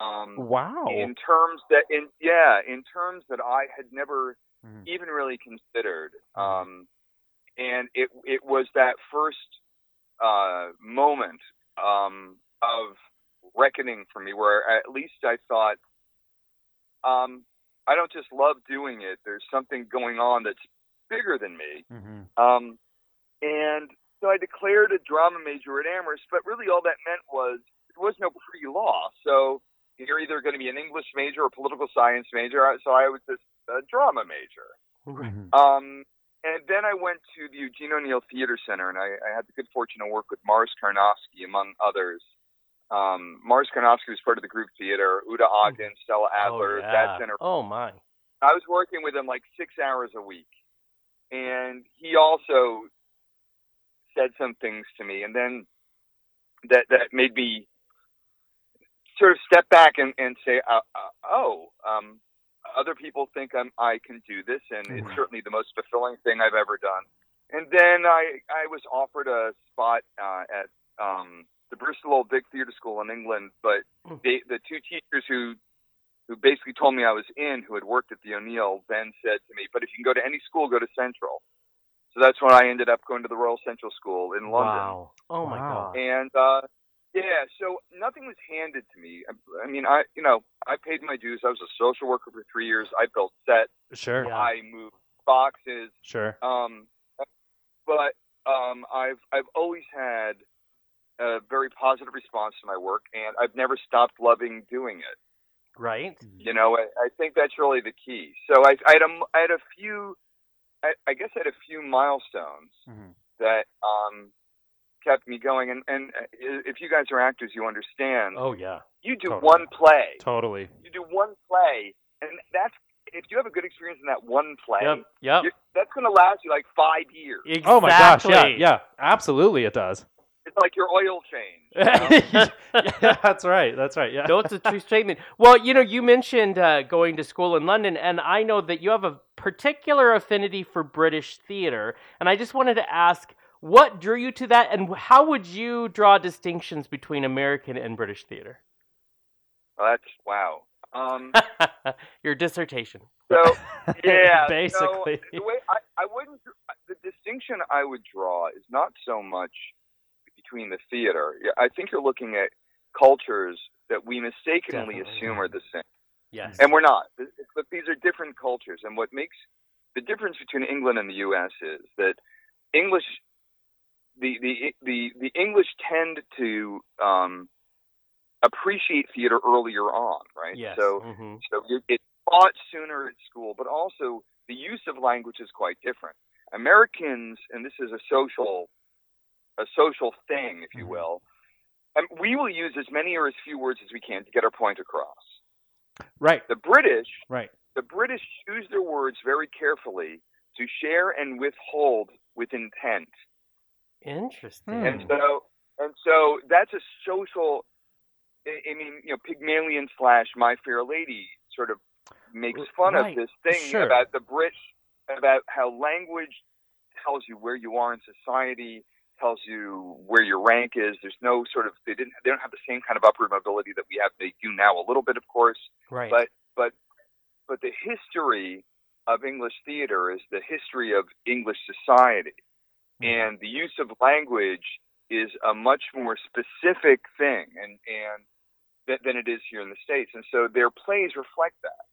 Speaker 4: Um,
Speaker 2: Wow.
Speaker 4: in terms that in yeah, in terms that I had never
Speaker 2: Mhm.
Speaker 4: even really considered. Um, and it it was that first uh, moment um, of reckoning for me where at least I thought um, I don't just love doing it. There's something going on that's bigger than me.
Speaker 2: Mhm.
Speaker 4: Um, and so I declared a drama major at Amherst, but really all that meant was there was no pre law. So you're either going to be an English major or a political science major. So I was just a drama major.
Speaker 2: Mhm.
Speaker 4: Um, and then I went to the Eugene O'Neill Theater Center, and I, I had the good fortune to work with Mars Karnofsky, among others. Um, Mars Karnofsky was part of the group theater, Uta Ogden, Stella Adler,
Speaker 1: oh, yeah.
Speaker 4: that generation.
Speaker 1: Oh my.
Speaker 4: I was working with him like six hours a week, and he also said some things to me, and then that that made me sort of step back and and say, uh, uh, oh, um, other people think I'm I can do this, and it's
Speaker 2: Right.
Speaker 4: certainly the most fulfilling thing I've ever done. And then I I was offered a spot uh, at um, the Bristol Old Vic Theatre School in England, but
Speaker 1: Hmm.
Speaker 4: they, the two teachers who who basically told me I was in, who had worked at the O'Neill, then said to me, "But if you can go to any school, go to Central." So that's when I ended up going to the Royal Central School in London.
Speaker 1: Wow. Oh my
Speaker 2: Wow.
Speaker 1: god.
Speaker 4: And uh, yeah, so nothing was handed to me. I, I mean, I you know I paid my dues. I was a social worker for three years. I built sets.
Speaker 2: Sure.
Speaker 1: Yeah.
Speaker 4: I moved boxes.
Speaker 2: Sure.
Speaker 4: Um, but um, I've I've always had a very positive response to my work, and I've never stopped loving doing it.
Speaker 1: Right.
Speaker 4: You know, I, I think that's really the key. So I, I had a, m- I had a few, I, I guess I had a few milestones
Speaker 2: Mhm.
Speaker 1: Mm-hmm.
Speaker 4: that um, kept me going. And, and uh, if you guys are actors, you understand.
Speaker 1: Oh yeah.
Speaker 4: you do
Speaker 2: totally.
Speaker 4: one play.
Speaker 2: Totally.
Speaker 4: You do one play, and that's if you have a good experience in that one play,
Speaker 1: Yep. Yep.
Speaker 4: you- that's going to last you like five years.
Speaker 1: Exactly.
Speaker 2: Oh my gosh. Yeah. Yeah. Absolutely, it does.
Speaker 4: It's like your oil change. you know?
Speaker 2: yeah, that's right. That's right. Yeah.
Speaker 1: no, it's a true statement. Well, you know, you mentioned uh, going to school in London, and I know that you have a particular affinity for British theater. And I just wanted to ask what drew you to that, and how would you draw distinctions between American and British theater?
Speaker 4: Well, that's wow. Um,
Speaker 1: Your dissertation.
Speaker 4: so yeah,
Speaker 2: Basically.
Speaker 4: So the way I, I wouldn't the distinction I would draw is not so much between the theater. Yeah, I think you're looking at cultures that we mistakenly
Speaker 1: Definitely.
Speaker 4: assume are the same.
Speaker 1: Yes.
Speaker 4: and we're not. Th- But these are different cultures, and what makes the difference between England and the U.S. is that English, the the the, the English tend to um, appreciate theater earlier on, right?
Speaker 1: Yes.
Speaker 4: So
Speaker 1: Mhm.
Speaker 4: so you- it's taught sooner at school, but also the use of language is quite different. Americans, and this is a social, a social thing, if you will. And we will use as many or as few words as we can to get our point across.
Speaker 2: Right.
Speaker 4: The British,
Speaker 2: Right.
Speaker 4: the British choose their words very carefully to share and withhold with intent.
Speaker 2: Hmm.
Speaker 1: Interesting.
Speaker 4: And so, and so that's a social. I I mean, you know, Pygmalion slash My Fair Lady sort of makes fun
Speaker 2: Right.
Speaker 4: of this thing
Speaker 2: Sure.
Speaker 4: about the Brits, about how language tells you where you are in society, tells you where your rank is. There's no sort of they didn't they don't have the same kind of upward mobility that we have. They do now a little bit, of course,
Speaker 1: Right.
Speaker 4: but- but the history of English theater is the history of English society. And the use of language is a much more specific thing and, and th- than it is here in the States. And so their plays reflect that.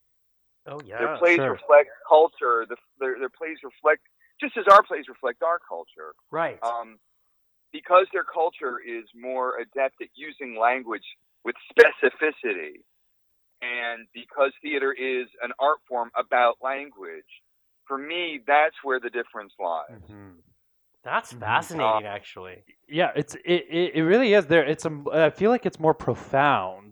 Speaker 1: oh
Speaker 4: Their
Speaker 1: yeah.
Speaker 4: plays
Speaker 2: sure.
Speaker 4: reflect culture. The, their, their plays reflect, just as our plays reflect our culture,
Speaker 1: right.
Speaker 2: uh,
Speaker 4: um, because their culture is more adept at using language with specificity, and because theater is an art form about language, for me, that's where the difference lies.
Speaker 2: Mhm.
Speaker 1: That's
Speaker 2: mhm.
Speaker 1: fascinating, actually.
Speaker 2: yeah it's it, it, it really is there it's a, i feel like it's more profound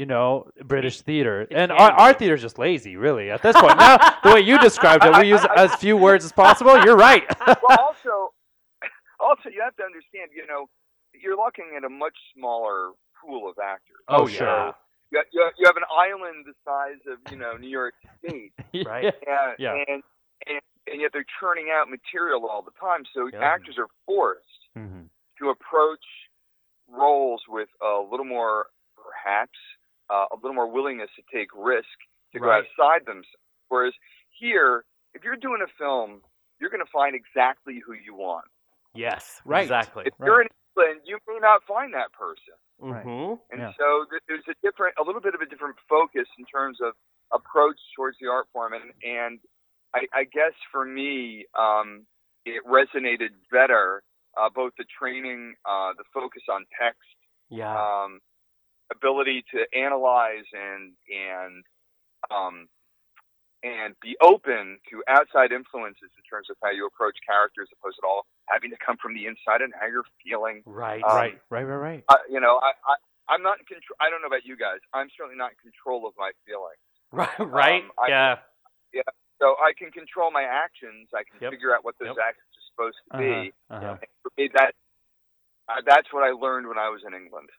Speaker 2: you know british theater
Speaker 1: can
Speaker 2: and our,
Speaker 1: be.
Speaker 2: our theater's just lazy really at this point now the way you described it we use as few words as possible you're right
Speaker 4: well, also, also you have to understand, you know, you're looking at a much smaller pool of actors.
Speaker 2: Oh,
Speaker 4: So
Speaker 2: sure.
Speaker 4: You, you, you have an island the size of, you know, New York State.
Speaker 1: Right.
Speaker 4: Yeah,
Speaker 2: Yeah.
Speaker 4: And, and and yet they're churning out material all the time, so
Speaker 1: Yeah.
Speaker 4: actors are forced
Speaker 2: Mhm.
Speaker 4: to approach roles with a little more, perhaps, uh, a little more willingness to take risk to go
Speaker 1: Right.
Speaker 4: outside themselves. Whereas here, if you're doing a film, you're going to find exactly who you want.
Speaker 1: Yes.
Speaker 2: Right.
Speaker 1: Exactly.
Speaker 4: If you're in England, you may not find that person.
Speaker 2: Right.
Speaker 1: hmm
Speaker 4: And
Speaker 2: Yeah.
Speaker 4: so th- there's a different, a little bit of a different focus in terms of approach towards the art form, and and I, I guess for me, um, it resonated better. Uh, both the training, uh, the focus on text,
Speaker 2: Uh,
Speaker 1: Yeah.
Speaker 4: um, ability to analyze and and um, and be open to outside influences in terms of how you approach characters, opposed to all having to come from the inside and how you're feeling
Speaker 1: Right.
Speaker 4: um,
Speaker 2: right right right right
Speaker 4: uh, you know, I, I I'm not in control. I don't know about you guys. I'm certainly not in control of my feelings.
Speaker 1: right. Right.
Speaker 2: um,
Speaker 4: I-
Speaker 1: yeah.
Speaker 4: So I can control my actions. I can
Speaker 1: Yep.
Speaker 4: figure out what those
Speaker 1: Yep.
Speaker 4: actions are supposed to be.
Speaker 2: Uh-huh, uh-huh.
Speaker 4: And for me, that uh, that's what I learned when I was in England.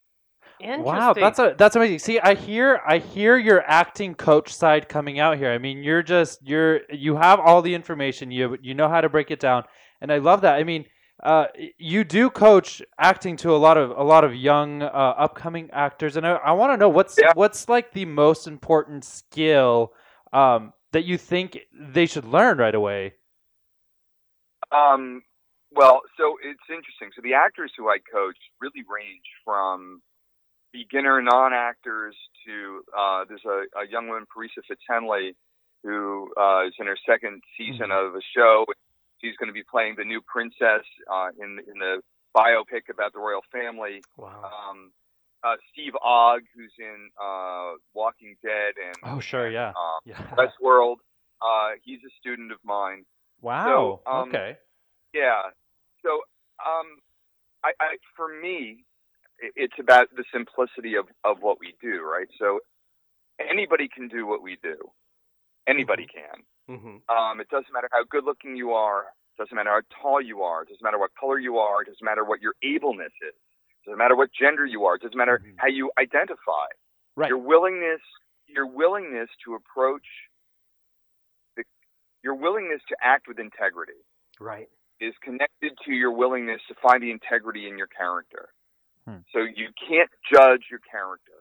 Speaker 1: Interesting.
Speaker 2: Wow, that's a that's amazing. See, I hear I hear your acting coach side coming out here. I mean, you're just you're you have all the information. You you know how to break it down, and I love that. I mean, uh, you do coach acting to a lot of a lot of young uh, upcoming actors, and I, I want to know what's
Speaker 4: Yeah.
Speaker 2: what's like the most important skill um, that you think they should learn right away.
Speaker 4: Um, well, so it's interesting. So the actors who I coach really range from beginner non-actors to uh, there's a, a young woman, Parisa Fitzhenley, who uh, is in her second season of a show. She's going to be playing the new princess uh, in in the biopic about the royal family.
Speaker 1: wow.
Speaker 4: Um, uh, Steve Ogg, who's in uh, Walking Dead and
Speaker 2: Oh, sure, yeah,
Speaker 4: uh,
Speaker 2: yeah.
Speaker 4: Westworld, uh, he's a student of mine.
Speaker 2: Wow.
Speaker 4: um,
Speaker 2: okay.
Speaker 4: Yeah. So, um, I, I for me, i- it's about the simplicity of of what we do, right? So, anybody can do what we do. Anybody can.
Speaker 1: hmm
Speaker 4: Um, it doesn't matter how good looking you are. Doesn't matter how tall you are. Doesn't matter what color you are. Doesn't matter what your ableness is. Doesn't matter what gender you are. Doesn't matter
Speaker 2: Mhm.
Speaker 4: how you identify.
Speaker 2: Right.
Speaker 4: Your willingness, your willingness to approach, the, your willingness to act with integrity
Speaker 1: Right.
Speaker 4: is connected to your willingness to find the integrity in your character.
Speaker 2: Hmm.
Speaker 4: So you can't judge your character.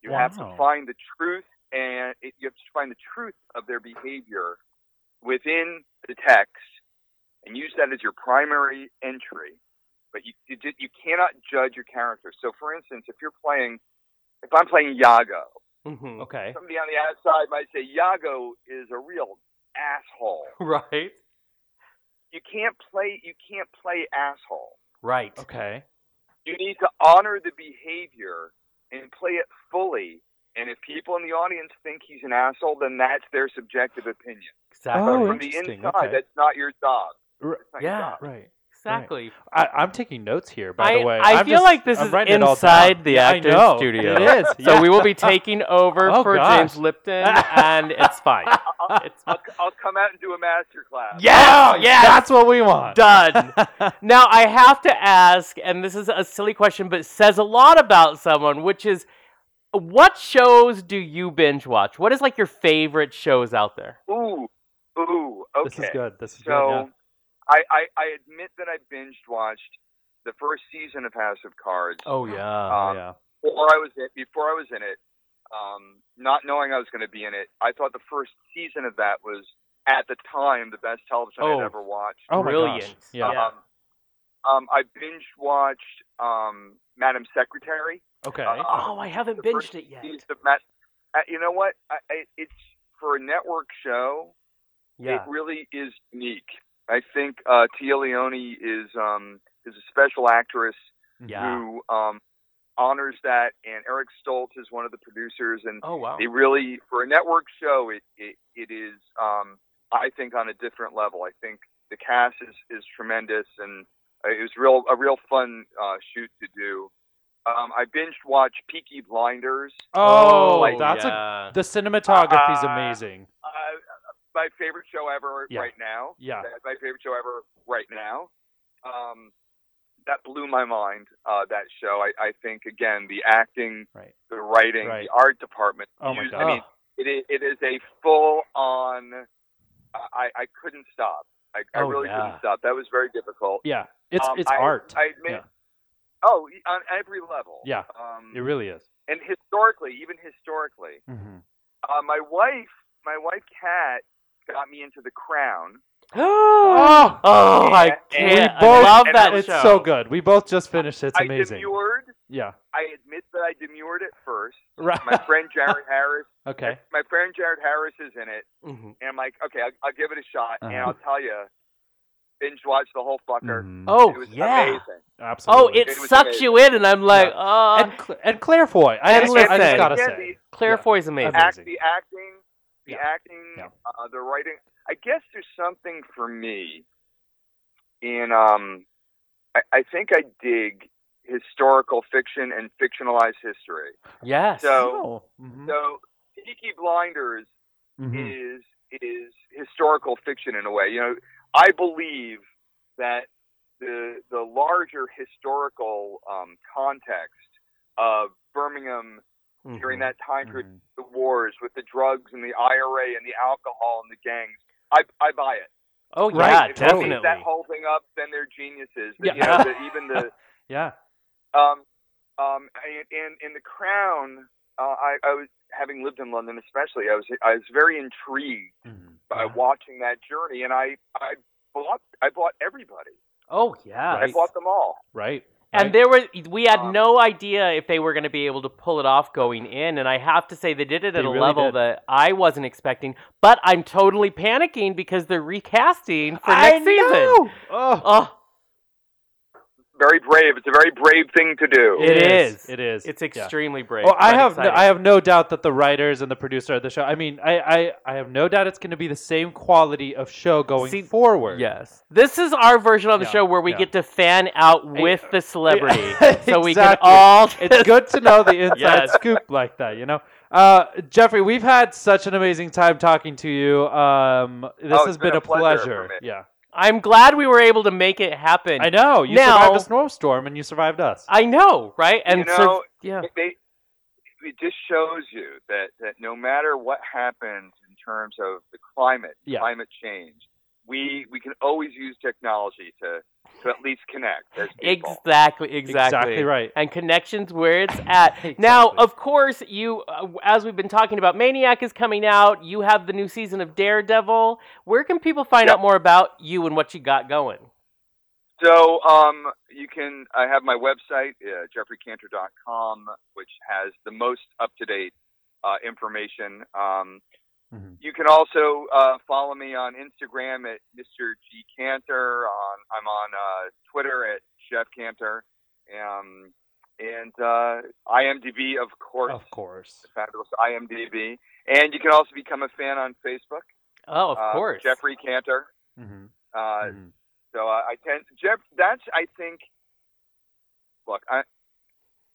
Speaker 4: You have
Speaker 2: Wow.
Speaker 4: to find the truth, and it, you have to find the truth of their behavior within the text, and use that as your primary entry. But you you, ju- you cannot judge your character. So, for instance, if you're playing, if I'm playing Yago,
Speaker 1: hmm
Speaker 2: Okay.
Speaker 4: Somebody on the outside might say Yago is a real asshole.
Speaker 1: Right.
Speaker 4: You can't play. You can't play asshole.
Speaker 1: Right.
Speaker 2: Okay.
Speaker 4: You need to honor the behavior and play it fully. And if people in the audience think he's an asshole, then that's their subjective opinion.
Speaker 1: Exactly.
Speaker 2: Oh,
Speaker 4: From the
Speaker 2: interesting,
Speaker 4: inside,
Speaker 2: okay.
Speaker 4: that's not your job.
Speaker 2: R-
Speaker 4: It's not your
Speaker 1: yeah.
Speaker 4: job.
Speaker 2: right.
Speaker 1: Exactly.
Speaker 2: I, I'm taking notes here, by
Speaker 1: I,
Speaker 2: the way.
Speaker 1: I
Speaker 2: I'm
Speaker 1: feel
Speaker 2: just-
Speaker 1: like this
Speaker 2: I'm
Speaker 1: is
Speaker 2: writing it all down.
Speaker 1: inside the
Speaker 2: Yeah, I
Speaker 1: actor's
Speaker 2: know.
Speaker 1: studio.
Speaker 2: It is.
Speaker 1: So
Speaker 2: yeah.
Speaker 1: we will be taking over
Speaker 2: Oh,
Speaker 1: for
Speaker 2: gosh.
Speaker 1: James Lipton, and it's fine. It's
Speaker 4: I'll, I'll come out and do a master class.
Speaker 1: yes,
Speaker 2: Oh,
Speaker 1: yes,
Speaker 2: That's what we want.
Speaker 1: done. now I have to ask, and this is a silly question, but says a lot about someone, which is, what shows do you binge watch? What is like your favorite shows out there?
Speaker 4: Ooh, ooh. Okay.
Speaker 2: This is good. This is good. yeah.
Speaker 4: So, I, I I admit that I binge watched the first season of House of Cards.
Speaker 1: Oh yeah.
Speaker 2: Oh,
Speaker 4: um,
Speaker 2: yeah.
Speaker 4: before I was in, before I was in it, um, not knowing I was going to be in it, I thought the first season of that was at the time the best television
Speaker 1: Oh.
Speaker 4: I'd ever watched.
Speaker 2: Oh, my gosh.
Speaker 1: Brilliant.
Speaker 2: Yeah.
Speaker 1: Yeah.
Speaker 4: Um, um, I binge watched um, Madam Secretary.
Speaker 2: Okay.
Speaker 4: uh,
Speaker 1: Oh, I haven't
Speaker 4: the first
Speaker 1: binged it yet.
Speaker 4: She's the ma- uh, you know what? I, I, it's for a network show. It
Speaker 1: Yeah.
Speaker 4: really is unique. I think uh, Tia Leone is um, is a special actress
Speaker 1: Yeah.
Speaker 4: who um, honors that, and Eric Stoltz is one of the producers, and
Speaker 1: Oh wow.
Speaker 4: they really for a network show it it, it is um, I think on a different level. I think the cast is, is tremendous, and uh, it was real a real fun uh, shoot to do. Um, I binge watched Peaky Blinders.
Speaker 2: oh,
Speaker 1: like,
Speaker 2: that's
Speaker 1: yeah.
Speaker 2: a. The cinematography's
Speaker 4: Uh,
Speaker 2: amazing.
Speaker 4: Uh, my favorite show ever
Speaker 2: Yeah.
Speaker 4: right now.
Speaker 2: Yeah.
Speaker 4: That's my favorite show ever right now. Um, that blew my mind. Uh, that show. I, I think again the acting,
Speaker 2: Right.
Speaker 4: the writing,
Speaker 2: Right.
Speaker 4: the art department.
Speaker 2: Oh my
Speaker 4: used-
Speaker 2: God.
Speaker 4: I mean, it is, it is a full on. I, I couldn't stop. I, I
Speaker 1: Oh,
Speaker 4: really
Speaker 1: yeah.
Speaker 4: couldn't stop. That was very difficult.
Speaker 2: Yeah. It's
Speaker 4: Um,
Speaker 2: it's
Speaker 4: I-
Speaker 2: art.
Speaker 4: I admit,
Speaker 2: Yeah.
Speaker 4: Oh, on every level.
Speaker 2: Yeah.
Speaker 4: Um,
Speaker 2: it really is.
Speaker 4: and historically, even historically,
Speaker 2: Mm-hmm.
Speaker 4: uh, my wife, my wife Kat, got me into The Crown.
Speaker 1: oh, I
Speaker 4: And-
Speaker 1: can't.
Speaker 2: we both-
Speaker 1: I love
Speaker 4: and
Speaker 1: that
Speaker 2: It's
Speaker 1: show.
Speaker 2: so good. We both just finished. It's
Speaker 4: I
Speaker 2: amazing.
Speaker 4: demurred.
Speaker 2: Yeah.
Speaker 4: I admit that I demurred at first.
Speaker 2: Right.
Speaker 4: My friend Jared Harris,
Speaker 2: okay.
Speaker 4: my friend Jared Harris is in it,
Speaker 1: Mhm.
Speaker 4: and I'm like, okay, I'll, I'll give it a shot, and
Speaker 2: Uh-huh.
Speaker 4: I'll tell you, binge watch the whole fucker.
Speaker 2: Mhm.
Speaker 1: Oh
Speaker 4: it was
Speaker 1: yeah.
Speaker 4: amazing.
Speaker 1: Oh,
Speaker 2: Absolutely.
Speaker 1: it
Speaker 4: It was
Speaker 1: sucks you in, and I'm like,
Speaker 2: Yeah.
Speaker 1: oh,
Speaker 2: and, Cl- and Claire Foy. I,
Speaker 1: And
Speaker 2: just- Uh, I
Speaker 1: listen.
Speaker 2: just gotta
Speaker 4: Again,
Speaker 2: say.
Speaker 1: Claire
Speaker 2: yeah.
Speaker 1: Foy's amazing.
Speaker 2: Amazing.
Speaker 4: Act, the acting, the
Speaker 2: Yeah.
Speaker 4: acting,
Speaker 2: Yeah.
Speaker 4: Uh, the writing. I guess there's something for me in. Um, I, I think I dig historical fiction and fictionalized history.
Speaker 2: Mm-hmm.
Speaker 1: Yes.
Speaker 4: So-
Speaker 2: Mhm.
Speaker 4: So, Peaky Blinders
Speaker 2: Mhm.
Speaker 4: is is historical fiction in a way. You know, I believe that the the larger historical um, context of Birmingham
Speaker 1: Mm-hmm.
Speaker 4: during that time period,
Speaker 2: Mhm.
Speaker 4: the wars with the drugs and the IRA and the alcohol and the gangs, I I buy it.
Speaker 1: Oh yeah,
Speaker 2: Right,
Speaker 4: If they
Speaker 1: definitely.
Speaker 4: make that whole thing up, then they're geniuses. But,
Speaker 2: Yeah.
Speaker 4: You know, the, even the
Speaker 2: Yeah.
Speaker 4: um, um, and, and in the Crown, uh, I, I was having lived in London, especially. I was I was very intrigued
Speaker 2: Mhm.
Speaker 4: by
Speaker 2: Yeah.
Speaker 4: watching that journey, and I I bought I bought everybody.
Speaker 1: Oh yeah.
Speaker 4: I bought them all.
Speaker 2: Right.
Speaker 1: And
Speaker 2: Right.
Speaker 1: there were we had
Speaker 4: Um,
Speaker 1: no idea if they were going to be able to pull it off going in, and I have to say they did it
Speaker 2: They
Speaker 1: at a
Speaker 2: really
Speaker 1: level
Speaker 2: did.
Speaker 1: that I wasn't expecting. But I'm totally panicking because they're recasting for next season.
Speaker 2: know! Oh.
Speaker 1: Oh,
Speaker 4: Very brave. It's a very brave thing to do.
Speaker 1: It is.
Speaker 2: Oh, It is.
Speaker 1: it's
Speaker 2: Yeah.
Speaker 1: extremely brave.
Speaker 2: Well, I
Speaker 1: but
Speaker 2: have no,
Speaker 1: exciting.
Speaker 2: I have no doubt that the writers and the producer of the show. I mean, I I, I have no doubt it's going to be the same quality of show going
Speaker 1: See,
Speaker 2: forward.
Speaker 1: Yes, this is our version of the
Speaker 2: Yeah,
Speaker 1: show where we
Speaker 2: yeah.
Speaker 1: get to fan out with the celebrity, so we can
Speaker 2: Exactly.
Speaker 1: all.
Speaker 2: It's good to know the inside
Speaker 1: Yes.
Speaker 2: scoop like that, you know. Uh, Jeffrey, we've had such an amazing time talking to you. Um, this
Speaker 4: Oh,
Speaker 2: has
Speaker 4: it's been
Speaker 2: been
Speaker 4: a
Speaker 2: a
Speaker 4: pleasure
Speaker 2: pleasure.
Speaker 4: for me.
Speaker 2: Yeah,
Speaker 1: I'm glad we were able to make it happen.
Speaker 2: I know you
Speaker 1: Now-
Speaker 2: survived a snowstorm and you survived us.
Speaker 1: I know, right? And
Speaker 4: you
Speaker 1: so-
Speaker 4: know,
Speaker 1: yeah,
Speaker 4: it- they, it just shows you that, that no matter what happens in terms of the climate,
Speaker 2: Yeah.
Speaker 4: climate change, we we can always use technology to, to at least connect as people.
Speaker 1: exactly, exactly,
Speaker 2: right.
Speaker 1: and connections where it's at. Now, of course, you, uh, as we've been talking about, Maniac is coming out. You have the new season of Daredevil. Where can people find
Speaker 4: Yep.
Speaker 1: out more about you and what you got going?
Speaker 4: So um, you can I have my website uh, jeffreycantor.com, which has the most up to date uh, information. Um,
Speaker 2: Mhm.
Speaker 4: You can also uh, follow me on Instagram at Mr. G Cantor. On I'm on uh, Twitter at Chef Cantor, um, and uh, IMDb of course,
Speaker 2: Of course.
Speaker 4: fabulous IMDb. And you can also become a fan on Facebook.
Speaker 1: Oh, of
Speaker 4: uh,
Speaker 1: course.
Speaker 4: Jeffrey Cantor.
Speaker 2: Mhm,
Speaker 4: Uh,
Speaker 2: mhm.
Speaker 4: so uh, I tend Jeff. That's I think. Look, I,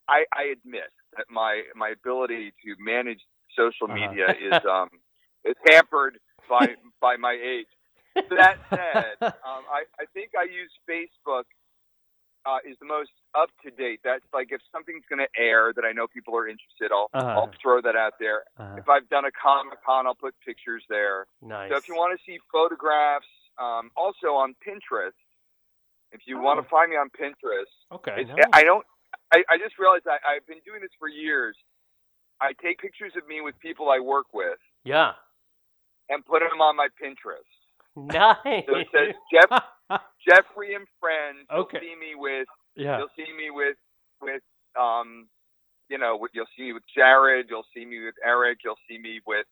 Speaker 4: I I admit that my my ability to manage social
Speaker 2: Uh-huh.
Speaker 4: media is um is hampered by by my age. That said, um, I I think I use Facebook. Uh, is the most up to date. That's like if something's going to air that I know people are interested, I'll
Speaker 2: Uh-huh.
Speaker 4: I'll throw that out there.
Speaker 2: Uh,
Speaker 4: If I've done a comic con, I'll put pictures there.
Speaker 1: nice.
Speaker 4: So if you want to see photographs, um, also on Pinterest, if you
Speaker 2: Oh.
Speaker 4: want to find me on Pinterest,
Speaker 2: okay.
Speaker 4: it's, I don't. I, I just realized I, I've been doing this for years. I take pictures of me with people I work with
Speaker 1: yeah.
Speaker 4: and put them on my Pinterest.
Speaker 1: Nice.
Speaker 4: So it says Jeff, Jeffrey and friends.
Speaker 2: Okay.
Speaker 4: You'll see me with.
Speaker 2: Yeah.
Speaker 4: You'll see me with with um, you know, with- you'll see me with Jared. You'll see me with Eric. You'll see me with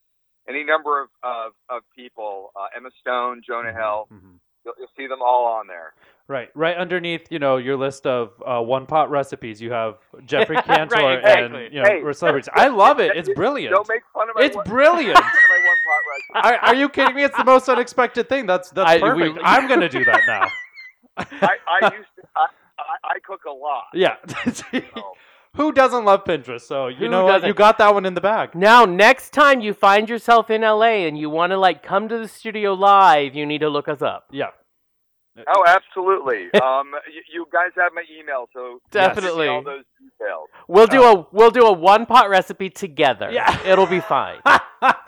Speaker 4: any number of of, of people. Uh, Emma Stone, Jonah Hill.
Speaker 2: Mhm.
Speaker 4: You'll, you'll see them all on there.
Speaker 2: Right, right underneath, you know, your list of uh, one pot recipes, you have Jeffrey Cantor
Speaker 1: Right,
Speaker 2: and
Speaker 1: exactly.
Speaker 2: you know,
Speaker 4: Hey,
Speaker 2: or celebrities. I love it. It's brilliant.
Speaker 4: Don't make fun of my
Speaker 2: It's
Speaker 4: one,
Speaker 2: brilliant.
Speaker 4: don't make fun of my one pot recipe.
Speaker 2: are, are you kidding me? It's the most unexpected thing. That's that's
Speaker 1: I- we-
Speaker 2: perfect. I'm gonna do that now.
Speaker 4: I, I used to. I, I, I cook a lot.
Speaker 2: yeah.
Speaker 4: So.
Speaker 2: Who doesn't love Pinterest? So you
Speaker 1: Who
Speaker 2: know what? You
Speaker 1: doesn't?
Speaker 2: got that one in the bag.
Speaker 1: Now, next time you find yourself in LA and you want to like come to the studio live, you need to look us up.
Speaker 2: Yeah.
Speaker 4: Oh, absolutely. Um, you, you guys have my email, so
Speaker 1: Definitely.
Speaker 4: all those details.
Speaker 1: We'll do a we'll do a one pot recipe together.
Speaker 2: Oh. Yeah.
Speaker 1: it'll be fine.
Speaker 4: All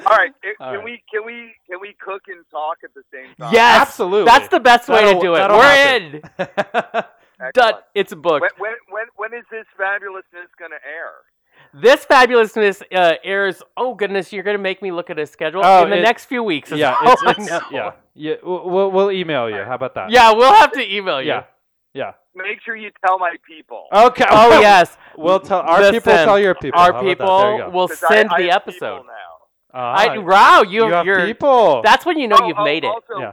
Speaker 4: right, it-
Speaker 2: All
Speaker 4: can
Speaker 2: right.
Speaker 4: we can we can we cook and talk at the same time?
Speaker 1: yes,
Speaker 2: Absolutely.
Speaker 1: That's the best way to
Speaker 2: That'll-
Speaker 1: do it.
Speaker 2: that'll
Speaker 1: We're
Speaker 2: happen.
Speaker 1: in.
Speaker 4: Excellent.
Speaker 1: Done. It's booked.
Speaker 4: When, when when when is this fabulousness going to air?
Speaker 1: This fabulousness uh, airs. Oh goodness, you're gonna make me look at a schedule
Speaker 2: Oh,
Speaker 1: in the
Speaker 2: it-
Speaker 1: next few weeks. is
Speaker 2: yeah,
Speaker 1: all
Speaker 2: it's,
Speaker 1: I
Speaker 2: it's,
Speaker 1: know.
Speaker 2: yeah, yeah. We'll, we'll- we'll email you. How about that?
Speaker 1: Yeah, we'll have to email you.
Speaker 2: yeah, yeah.
Speaker 4: Make sure you tell my people.
Speaker 2: Okay.
Speaker 1: Oh yes,
Speaker 2: We'll tell our
Speaker 1: Listen,
Speaker 2: people. Tell your people.
Speaker 1: our
Speaker 2: How about that? There you
Speaker 1: people
Speaker 2: go.
Speaker 1: will
Speaker 4: 'Cause
Speaker 1: send
Speaker 4: I, I
Speaker 1: the
Speaker 4: have people
Speaker 1: episode.
Speaker 4: now.
Speaker 2: Ah,
Speaker 1: I, wow, you,
Speaker 2: you have
Speaker 1: are
Speaker 2: people.
Speaker 1: That's when you know
Speaker 4: Oh,
Speaker 1: you've
Speaker 4: oh,
Speaker 1: made it.
Speaker 4: Also,
Speaker 2: Yeah.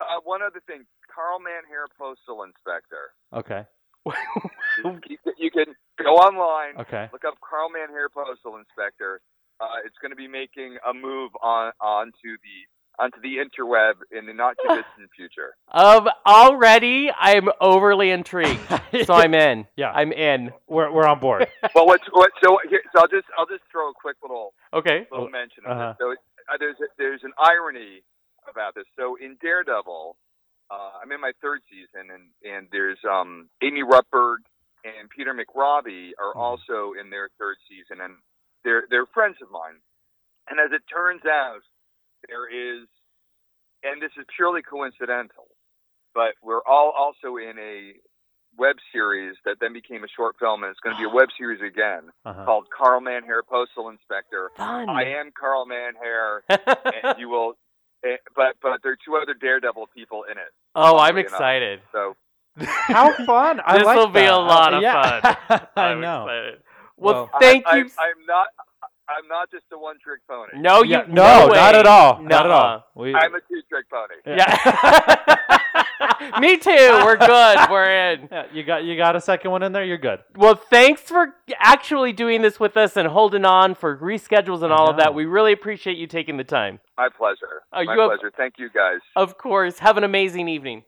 Speaker 4: uh, one other thing, Carl Manhair, postal inspector.
Speaker 2: okay.
Speaker 4: You can- you can go online,
Speaker 2: Okay.
Speaker 4: look up Carl Manhair Postal Inspector. Uh, it's going to be making a move on onto the onto the interweb in the not too distant future.
Speaker 1: Of already, I'm overly intrigued, so I'm in.
Speaker 2: Yeah.
Speaker 1: I'm in.
Speaker 2: We're we're on board.
Speaker 4: Well, what's what? So, here, so I'll just I'll just throw a quick little
Speaker 1: Okay.
Speaker 4: little
Speaker 2: Oh,
Speaker 4: mention of
Speaker 2: uh-huh.
Speaker 4: this. So it, uh, there's a, there's an irony about this. So in Daredevil, uh, I'm in my third season, and and there's um, Amy Rutberg and Peter McRobbie are
Speaker 2: Mhm.
Speaker 4: also in their third season, and they're they're friends of mine. And as it turns out, there is, and this is purely coincidental, but we're all also in a web series that then became a short film, and it's going to be a web series again
Speaker 2: Uh-huh.
Speaker 4: called Carl Manhair Postal Inspector.
Speaker 1: Fun.
Speaker 4: I am Carl Manhair, and you will. eh, But but there are two other Daredevil people in it,
Speaker 1: oh, I'm
Speaker 4: Funnily enough.
Speaker 1: excited.
Speaker 4: so
Speaker 2: How fun! I
Speaker 1: This
Speaker 2: like
Speaker 1: will be
Speaker 2: that. Uh,
Speaker 1: a lot of
Speaker 2: yeah. fun. I
Speaker 1: I'm
Speaker 2: know.
Speaker 1: excited. Well,
Speaker 2: Well,
Speaker 1: thank
Speaker 4: I,
Speaker 1: you.
Speaker 4: I, am not. I'm not just a one-trick pony.
Speaker 1: no, Oh, you.
Speaker 2: Yeah, no,
Speaker 1: way.
Speaker 2: not at all.
Speaker 1: No.
Speaker 2: Not at all. We,
Speaker 4: I'm a two-trick pony.
Speaker 1: Yeah. Me too. We're good. We're in.
Speaker 2: yeah, you got you got a second one in there. You're good.
Speaker 1: Well, thanks for actually doing this with us and holding on for reschedules and
Speaker 2: I
Speaker 1: all of
Speaker 2: know.
Speaker 1: that. We really appreciate you taking the time.
Speaker 4: My pleasure.
Speaker 1: Oh,
Speaker 4: My
Speaker 1: you have-
Speaker 4: pleasure. Thank you guys.
Speaker 1: Of course. Have an amazing evening.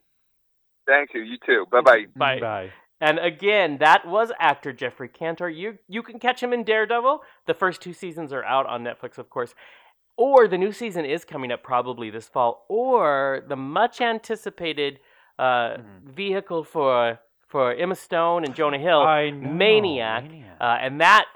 Speaker 4: Thank you. You too. Bye bye.
Speaker 1: Bye.
Speaker 2: Bye.
Speaker 1: And again, that was actor Jeffrey Cantor. You you can catch him in Daredevil. The first two seasons are out on Netflix, of course. Or the new season is coming up probably this fall, or the much anticipated uh,
Speaker 2: Mhm.
Speaker 1: vehicle for for Emma Stone and Jonah Hill,
Speaker 2: I know.
Speaker 1: Maniac,
Speaker 2: Maniac.
Speaker 1: uh, and that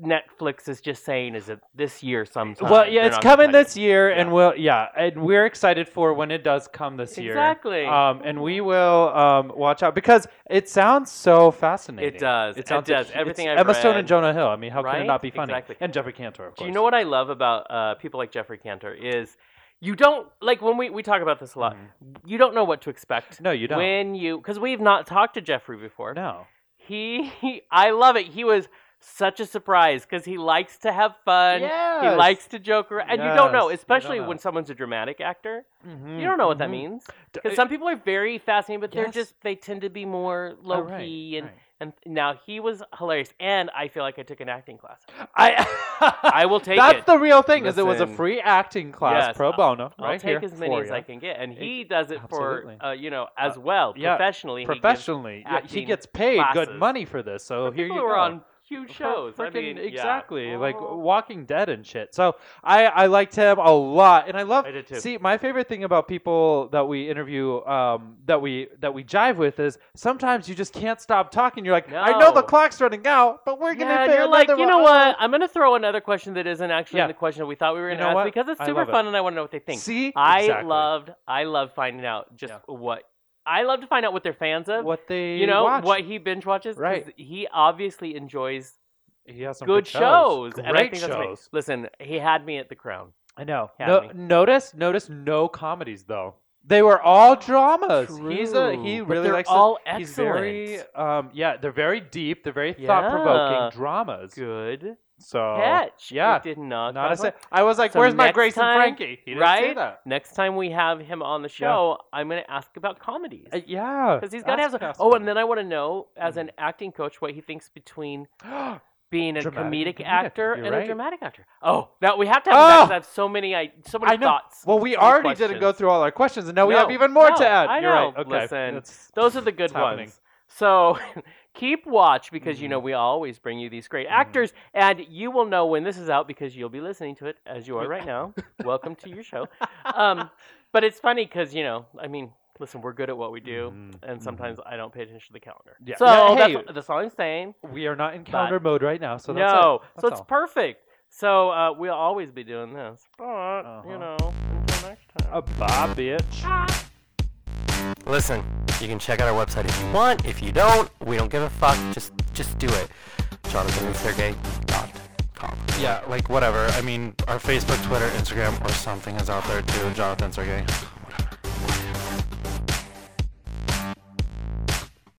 Speaker 1: Netflix is just saying is it this year sometime.
Speaker 2: well, yeah,
Speaker 1: They're
Speaker 2: it's
Speaker 1: not gonna
Speaker 2: coming
Speaker 1: tell you.
Speaker 2: this year, and
Speaker 1: Yeah.
Speaker 2: we'll yeah, and we're excited for when it does come this year.
Speaker 1: Exactly.
Speaker 2: Um, and we will um watch out because it sounds so fascinating.
Speaker 1: It does. It
Speaker 2: sounds
Speaker 1: does.
Speaker 2: it's
Speaker 1: Everything I've
Speaker 2: Emma Stone and
Speaker 1: read.
Speaker 2: Jonah Hill. I mean, how can it
Speaker 1: Right?
Speaker 2: not be funny?
Speaker 1: Exactly.
Speaker 2: And Jeffrey Cantor, of course.
Speaker 1: Do you know what I love about uh, people like Jeffrey Cantor is you don't like when we, we talk about this a lot. You don't know what to expect.
Speaker 2: Mm-hmm. No, you don't.
Speaker 1: When you because we've not talked to Jeffrey before.
Speaker 2: No.
Speaker 1: He, I love it. He was such a surprise because he likes to have fun. He
Speaker 2: Yes.
Speaker 1: likes to joke around, and you don't know,
Speaker 2: Yes, you don't
Speaker 1: especially
Speaker 2: know.
Speaker 1: when someone's a dramatic actor.
Speaker 2: Mhm,
Speaker 1: You don't know what that
Speaker 2: mhm.
Speaker 1: means.
Speaker 2: D-
Speaker 1: Because some people are very fascinated, but they're
Speaker 2: Yes.
Speaker 1: just they tend to be more low
Speaker 2: Oh, right,
Speaker 1: key and
Speaker 2: right.
Speaker 1: and now he was hilarious, and I feel like I took an acting class.
Speaker 2: I,
Speaker 1: I will take
Speaker 2: That's
Speaker 1: it.
Speaker 2: the real thing. Is it was a
Speaker 1: Listen.
Speaker 2: free acting class
Speaker 1: Yes,
Speaker 2: pro
Speaker 1: I'll-
Speaker 2: bono
Speaker 1: I'll
Speaker 2: right
Speaker 1: take
Speaker 2: here
Speaker 1: as many
Speaker 2: for
Speaker 1: as
Speaker 2: ya.
Speaker 1: I can get, and
Speaker 2: It-
Speaker 1: he does it
Speaker 2: absolutely.
Speaker 1: for uh, you know as well
Speaker 2: yeah,
Speaker 1: professionally. he gives-
Speaker 2: Professionally, yeah, he
Speaker 1: acting
Speaker 2: gets paid good
Speaker 1: classes.
Speaker 2: money for this. So
Speaker 1: But
Speaker 2: here you
Speaker 1: people
Speaker 2: go.
Speaker 1: are on huge
Speaker 2: For
Speaker 1: shows. I
Speaker 2: frickin'
Speaker 1: mean, yeah.
Speaker 2: exactly, like
Speaker 1: Oh.
Speaker 2: Walking Dead and shit. So I I liked him a lot, and I love.
Speaker 1: I did too.
Speaker 2: See, my favorite thing about people that we interview, um, that we that we jive with is sometimes you just can't stop talking. You're like, I know the
Speaker 1: No.
Speaker 2: clock's running out, but we're gonna.
Speaker 1: Yeah, and
Speaker 2: fit
Speaker 1: you're like,
Speaker 2: another
Speaker 1: you know
Speaker 2: one."
Speaker 1: what? I'm gonna throw another question that isn't actually
Speaker 2: Yeah.
Speaker 1: in the question that we thought we were
Speaker 2: You
Speaker 1: gonna
Speaker 2: know
Speaker 1: ask
Speaker 2: what?
Speaker 1: because it's
Speaker 2: I
Speaker 1: super
Speaker 2: love it.
Speaker 1: fun and I want to know what they think.
Speaker 2: See,
Speaker 1: I
Speaker 2: Exactly.
Speaker 1: loved, I loved finding out just
Speaker 2: Yeah.
Speaker 1: what I love to find out what they're fans of.
Speaker 2: what they
Speaker 1: you know
Speaker 2: watch.
Speaker 1: what he binge watches 'cause
Speaker 2: Right.
Speaker 1: he obviously enjoys
Speaker 2: He has some
Speaker 1: good shows,
Speaker 2: Great
Speaker 1: and I think
Speaker 2: shows.
Speaker 1: that's great. listen he had me at the crown
Speaker 2: I know.
Speaker 1: Yeah,
Speaker 2: No,
Speaker 1: I
Speaker 2: notice, notice, no comedies though. They were all dramas. He's a he
Speaker 1: True, but
Speaker 2: really
Speaker 1: they're
Speaker 2: likes. to-
Speaker 1: all
Speaker 2: He's very
Speaker 1: excellent.
Speaker 2: um yeah. They're very deep. They're very
Speaker 1: Yeah.
Speaker 2: thought provoking dramas.
Speaker 1: good
Speaker 2: So
Speaker 1: catch
Speaker 2: Oh, yeah.
Speaker 1: I did not
Speaker 2: not a
Speaker 1: contemplate-
Speaker 2: se- I was like,
Speaker 1: So
Speaker 2: where's my
Speaker 1: next
Speaker 2: Grace
Speaker 1: time-
Speaker 2: and Frankie? He didn't say
Speaker 1: right
Speaker 2: that.
Speaker 1: next time we have him on the show I'm gonna ask about comedies
Speaker 2: Uh, yeah,
Speaker 1: because he's got to have
Speaker 2: that's
Speaker 1: some.
Speaker 2: possible.
Speaker 1: Oh, and then I want to know as
Speaker 2: Mm-hmm.
Speaker 1: an acting coach what he thinks between being a
Speaker 2: Dramatic
Speaker 1: comedic,
Speaker 2: and comedic,
Speaker 1: actor
Speaker 2: you're
Speaker 1: and
Speaker 2: right.
Speaker 1: a dramatic actor. Oh, now we have to have him back 'cause
Speaker 2: Oh!
Speaker 1: I have so many I so many
Speaker 2: I know.
Speaker 1: thoughts.
Speaker 2: well, we
Speaker 1: Few
Speaker 2: already didn't go
Speaker 1: questions.
Speaker 2: through all our questions, and now we
Speaker 1: No,
Speaker 2: have even more
Speaker 1: no,
Speaker 2: to add.
Speaker 1: I
Speaker 2: You're right.
Speaker 1: know.
Speaker 2: Okay,
Speaker 1: Listen,
Speaker 2: That's-
Speaker 1: Those are the good
Speaker 2: It's happening.
Speaker 1: ones. So keep watch because you
Speaker 2: Mhm.
Speaker 1: know we always bring you these
Speaker 2: Mm-hmm.
Speaker 1: great actors, and you will know when this is out because you'll be listening to it as you are right now. Welcome to your show. Um, but it's funny because you know, I mean, listen, we're good at what we do,
Speaker 2: Mhm,
Speaker 1: and sometimes I don't pay attention to the calendar.
Speaker 2: Yeah.
Speaker 1: So
Speaker 2: Yeah, hey.
Speaker 1: that's, that's all I'm saying.
Speaker 2: we are not in counter mode right now, so that's
Speaker 1: no,
Speaker 2: it. That's
Speaker 1: so it's
Speaker 2: all.
Speaker 1: perfect. So uh, we'll always be doing this, but
Speaker 2: Uh-huh.
Speaker 1: you know, until next time.
Speaker 2: a bye, bitch.
Speaker 3: Listen, you can check out our website if you want. If you don't, we don't give a fuck. Just just do it. JonathanSergey.com. Yeah, like whatever. I mean, our Facebook, Twitter, Instagram, or something is out there too. Jonathan Sergey.